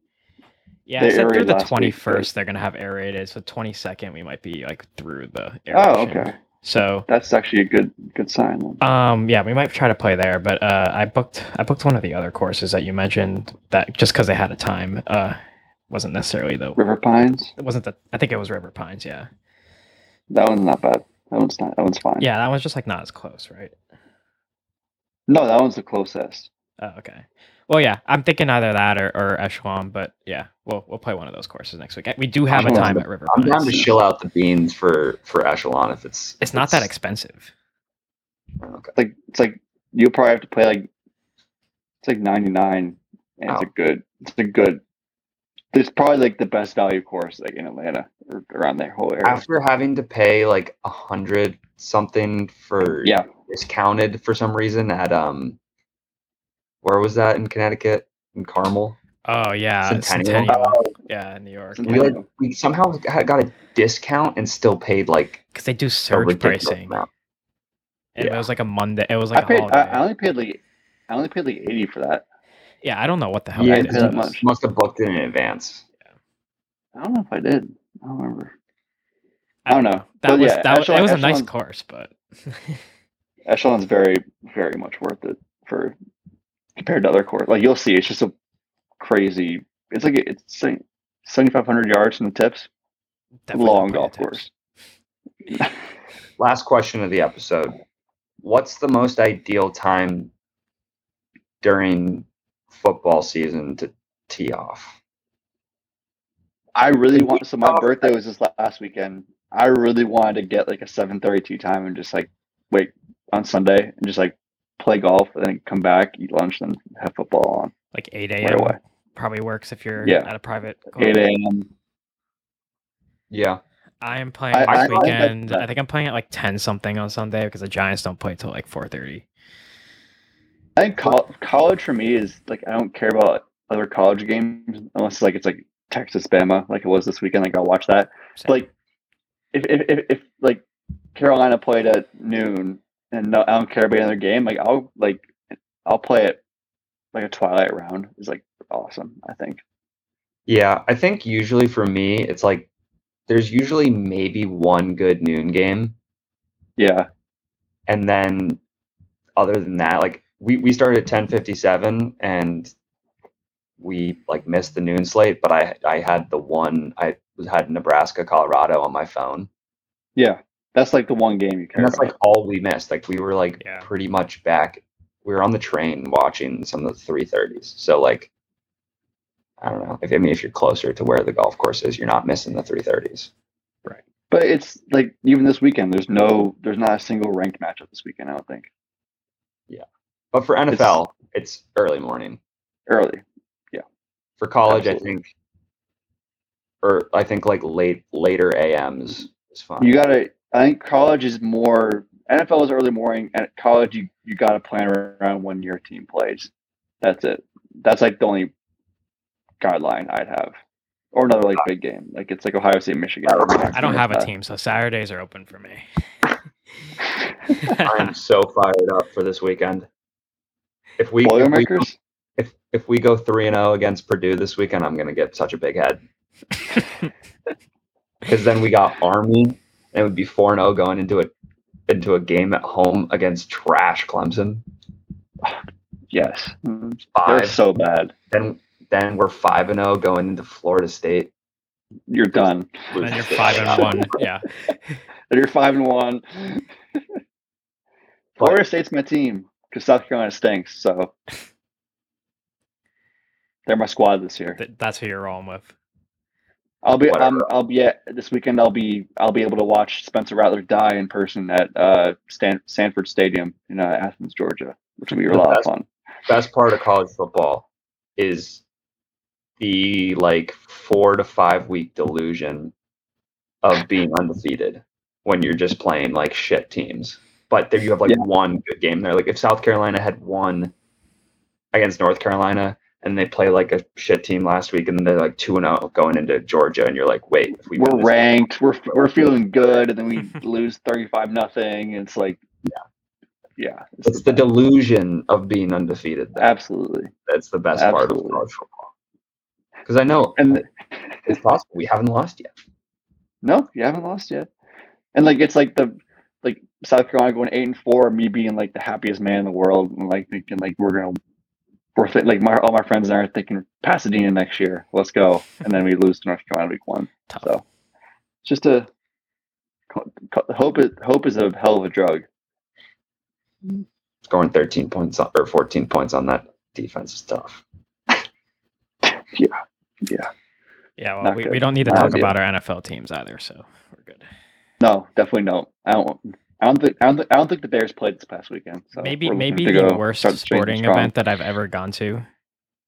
S4: Yeah,
S5: they
S4: it said through
S5: aerated
S4: the
S5: last week, right?
S4: 21st they're gonna have aerated. So 22nd we might be like through the.
S5: Oh,
S4: aeration.
S5: okay.
S4: So
S5: That's actually a good good sign. then.
S4: um, yeah, we might try to play there, but uh, I booked I booked one of the other courses that you mentioned that just because they had a time uh, wasn't necessarily the
S5: River Pines.
S4: it wasn't the I think it was River Pines. Yeah,
S5: That one's not bad. That one's not. That one's fine.
S4: yeah, that one's just like not as close, right?
S5: No, that one's the closest.
S4: Oh, okay. Well, yeah, I'm thinking either that or, or Echelon, but yeah, we'll we'll play one of those courses next week. We do have a
S1: I'm down
S4: time
S1: to-
S4: at River
S1: I'm down to
S4: Pines.
S1: shill out the beans for for Echelon if it's
S4: It's not that expensive.
S1: okay.
S5: It's like it's like you'll probably have to play like it's like ninety nine, and it's a good. It's a good. It's probably like the best value course like in Atlanta or around that whole area.
S1: After having to pay like a hundred something for
S5: Yeah.
S1: discounted for some reason at um where was that in Connecticut in Carmel
S4: Oh yeah,
S1: Centennial?
S4: Centennial.
S5: Oh,
S4: Yeah, in New York.
S1: we like we somehow ha- got a discount and still paid like
S4: Because they do
S1: a
S4: surge
S1: ridiculous
S4: pricing,
S1: amount.
S4: and it
S1: Yeah.
S4: was like a Monday. It was
S5: I
S4: like a
S5: paid. I,
S4: holiday.
S5: I only paid like. I only paid like eighty for that.
S4: yeah, I don't know what the hell
S1: Yeah,
S4: that
S1: it's
S4: is.
S5: that
S4: but-
S5: much.
S1: Must have booked it in advance.
S5: I don't know if I did. I don't remember. I don't know.
S4: That
S5: But
S4: was
S5: yeah,
S4: that was, it
S5: Echelon-
S4: was a nice
S5: Echelon's-
S4: course, but
S5: Echelon's very, very much worth it for compared to other courts. Like you'll see, it's just a crazy. It's like it's seventy five hundred yards from the tips.
S4: definitely
S5: long
S4: not playing
S5: golf
S4: the tips.
S5: course.
S1: Last question of the episode. What's the most ideal time during football season to tee off?
S5: I really want. So my birthday was this la- last weekend. I really wanted to get like a seven thirty tea time and just like wait on Sunday and just like play golf and then come back, eat lunch, then have football on
S4: Like eight
S5: right
S4: a.m.
S5: away.
S4: probably works if you're
S5: Yeah.
S4: at a private. club.
S5: Eight a.m.
S1: Yeah.
S4: I am playing
S5: I-
S4: this
S5: I- I-
S4: weekend.
S5: I-
S4: I think I'm playing at like ten something on Sunday because the Giants don't play till like four thirty.
S5: I think col- college for me is like I don't care about other college games unless like it's like Texas Bama like it was this weekend. Like I'll watch that. Like if if if, if like Carolina played at noon and no, I don't care about another game. Like I'll like I'll play it like a twilight round is like awesome. I think
S1: Yeah, I think usually for me, it's like there's usually maybe one good noon game,
S5: yeah
S1: and then other than that, like we we started at ten fifty seven, and we like missed the noon slate, but I I had the one I had Nebraska Colorado on my phone,
S5: yeah that's like the one game you care
S1: and that's
S5: about.
S1: like all we missed. Like we were like
S4: Yeah.
S1: pretty much back. We were on the train watching some of the three thirties, so like. I don't know. If, I mean, if you're closer to where the golf course is, you're not missing the 330s.
S5: but it's like even this weekend there's no there's not a single ranked matchup this weekend. I don't think
S1: But for NFL, it's, early morning.
S5: early.
S1: For college,
S5: Absolutely.
S1: I think, or I think like late later AMs is fine.
S5: You gotta. I think college is more. NFL is early morning. and At college, you you gotta plan around when your team plays. That's it. That's like the only guideline I'd have, or another like big game. Like it's like Ohio State, Michigan.
S4: I don't have a team, so Saturdays are open for me.
S1: I'm so fired up for this weekend. If we if we,
S5: Boilermakers.
S1: if, if we go three and zero against Purdue this weekend, I'm gonna get such a big head because then we got Army, and it would be four and zero going into a into a game at home against trash Clemson.
S5: Yes, they're
S1: 5
S5: so bad.
S1: then then we're five and zero going into Florida State.
S5: You're done.
S4: and then you're five and one. Yeah,
S5: And you're five and one. Florida State's my team because South Carolina stinks. So they're my squad this year.
S4: th- that's who you're rolling with.
S5: I'll be
S1: Whatever.
S5: um, I'll be at, this weekend. I'll be I'll be able to watch Spencer Rattler die in person at uh, Stan- Sanford Stadium in uh, Athens, Georgia, which will be a lot of
S1: That's-
S5: fun.
S1: best part of college football is the like four to five week delusion of being undefeated when you're just playing like shit teams. But there you have like
S5: Yeah.
S1: one good game there. Like if South Carolina had won against North Carolina, and they play like a shit team last week, and they're like two and zero going into Georgia, and you're like, wait, if we win
S5: we're
S1: this
S5: ranked. We're we're feeling good, and then we lose thirty five nothing. It's like, yeah, yeah. It's,
S1: It's the delusion of being undefeated. That,
S5: absolutely
S1: that's the best part of
S5: absolutely.
S1: college football. Because I know
S5: and
S1: it's possible we haven't lost yet.
S5: No, you haven't lost yet. And like it's like the like South Carolina going eight and four, me being like the happiest man in the world, and like thinking like we're gonna we're thi- like my all my friends and I are thinking Pasadena next year, let's go, and then we lose to North Carolina week one.
S4: Tough.
S5: So it's just a co- co- hope. Is, hope is a hell of a drug.
S1: Scoring 13 points on, or 14 points on that defense is tough.
S4: Yeah, well,
S5: Not
S4: we,
S5: good.
S4: we don't need to
S5: Not
S4: talk
S5: good.
S4: about our NFL teams either, so we're good.
S5: No, definitely no. I don't. I don't think. I don't. Think, I don't think the Bears played this past weekend. So
S4: maybe
S5: we're looking
S4: maybe
S5: to
S4: the
S5: go
S4: worst
S5: start the season
S4: sporting
S5: strong.
S4: event that I've ever gone to.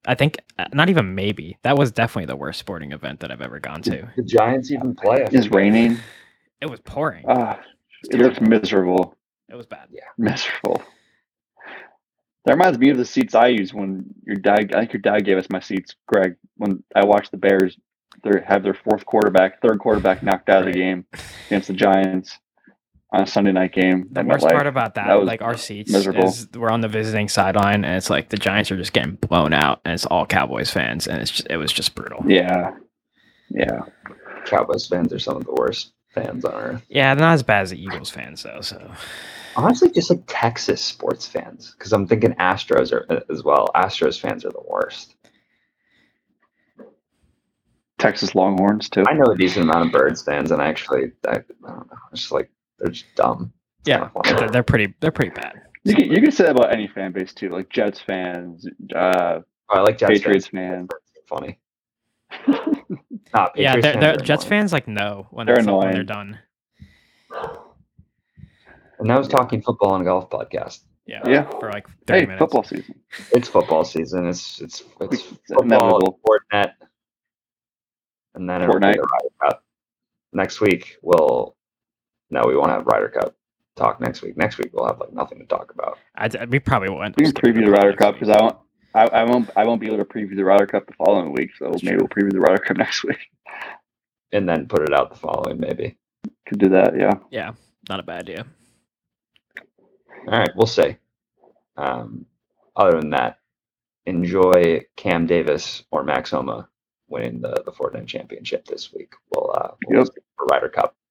S4: I think uh, not even maybe that was definitely the worst sporting event that I've ever gone
S5: Mm.
S4: to.
S1: The Giants even play.
S5: It's raining.
S4: It was pouring.
S5: Ah, it looks miserable.
S4: It was bad.
S5: miserable. That reminds me of the seats I used when your dad. I think your dad gave us my seats, Greg. When I watched the Bears, they have their fourth quarterback, third quarterback knocked out of the game against the Giants on a Sunday night game.
S4: The
S5: at
S4: worst
S5: MetLife.
S4: part about that,
S5: that was
S4: like our seats,
S5: miserable.
S4: is we're on the visiting sideline, and it's like the Giants are just getting blown out, and it's all Cowboys fans, and it's just, it was just brutal.
S5: yeah, yeah.
S1: Cowboys fans are some of the worst fans on earth.
S4: Yeah, not as bad as the Eagles fans though. So
S1: Honestly, just like Texas sports fans, because I'm thinking Astros are uh, as well. Astros fans are the worst.
S5: Texas Longhorns too.
S1: I know a decent amount of Birds fans, and I actually, I, I don't know, it's just like they're just dumb. It's
S4: Yeah.
S1: not funny.
S4: they're, they're pretty they're pretty bad.
S5: You can you can say that about any fan base too, like Jets fans, uh,
S1: Oh, I like Jets
S5: Patriots
S1: fans.
S5: fans.
S1: That's funny. Nah,
S4: Yeah,
S1: Patriots
S4: they're, they're,
S1: are
S4: Jets
S1: annoying.
S4: fans like no when
S5: They're
S4: they're, when they're
S5: annoying.
S4: done.
S1: And that was talking football and golf podcast.
S4: Yeah,
S5: Yeah.
S4: for like thirty
S5: Hey,
S4: minutes.
S5: football season.
S1: It's football season. It's it's it's
S5: It's
S1: football
S5: inevitable.
S1: Fortnite, and then it'll be
S5: Fortnite.
S1: the Ryder Cup. Next week we'll no, we won't have Ryder Cup talk next week. Next week we'll have like nothing to talk about.
S4: I, I- we probably won't.
S5: We can preview the Ryder Cup because I won't. I, I won't. I won't be able to preview the Ryder Cup the following week. So maybe we'll preview the Ryder Cup next week.
S1: And then put it out the following maybe.
S5: Could do that. Yeah.
S4: Yeah, not a bad idea.
S1: All right, we'll see. Um, other than that, enjoy Cam Davis or Max Homa winning the the Fortnite championship this week. We'll uh we'll
S5: Yep.
S1: see for Ryder Cup.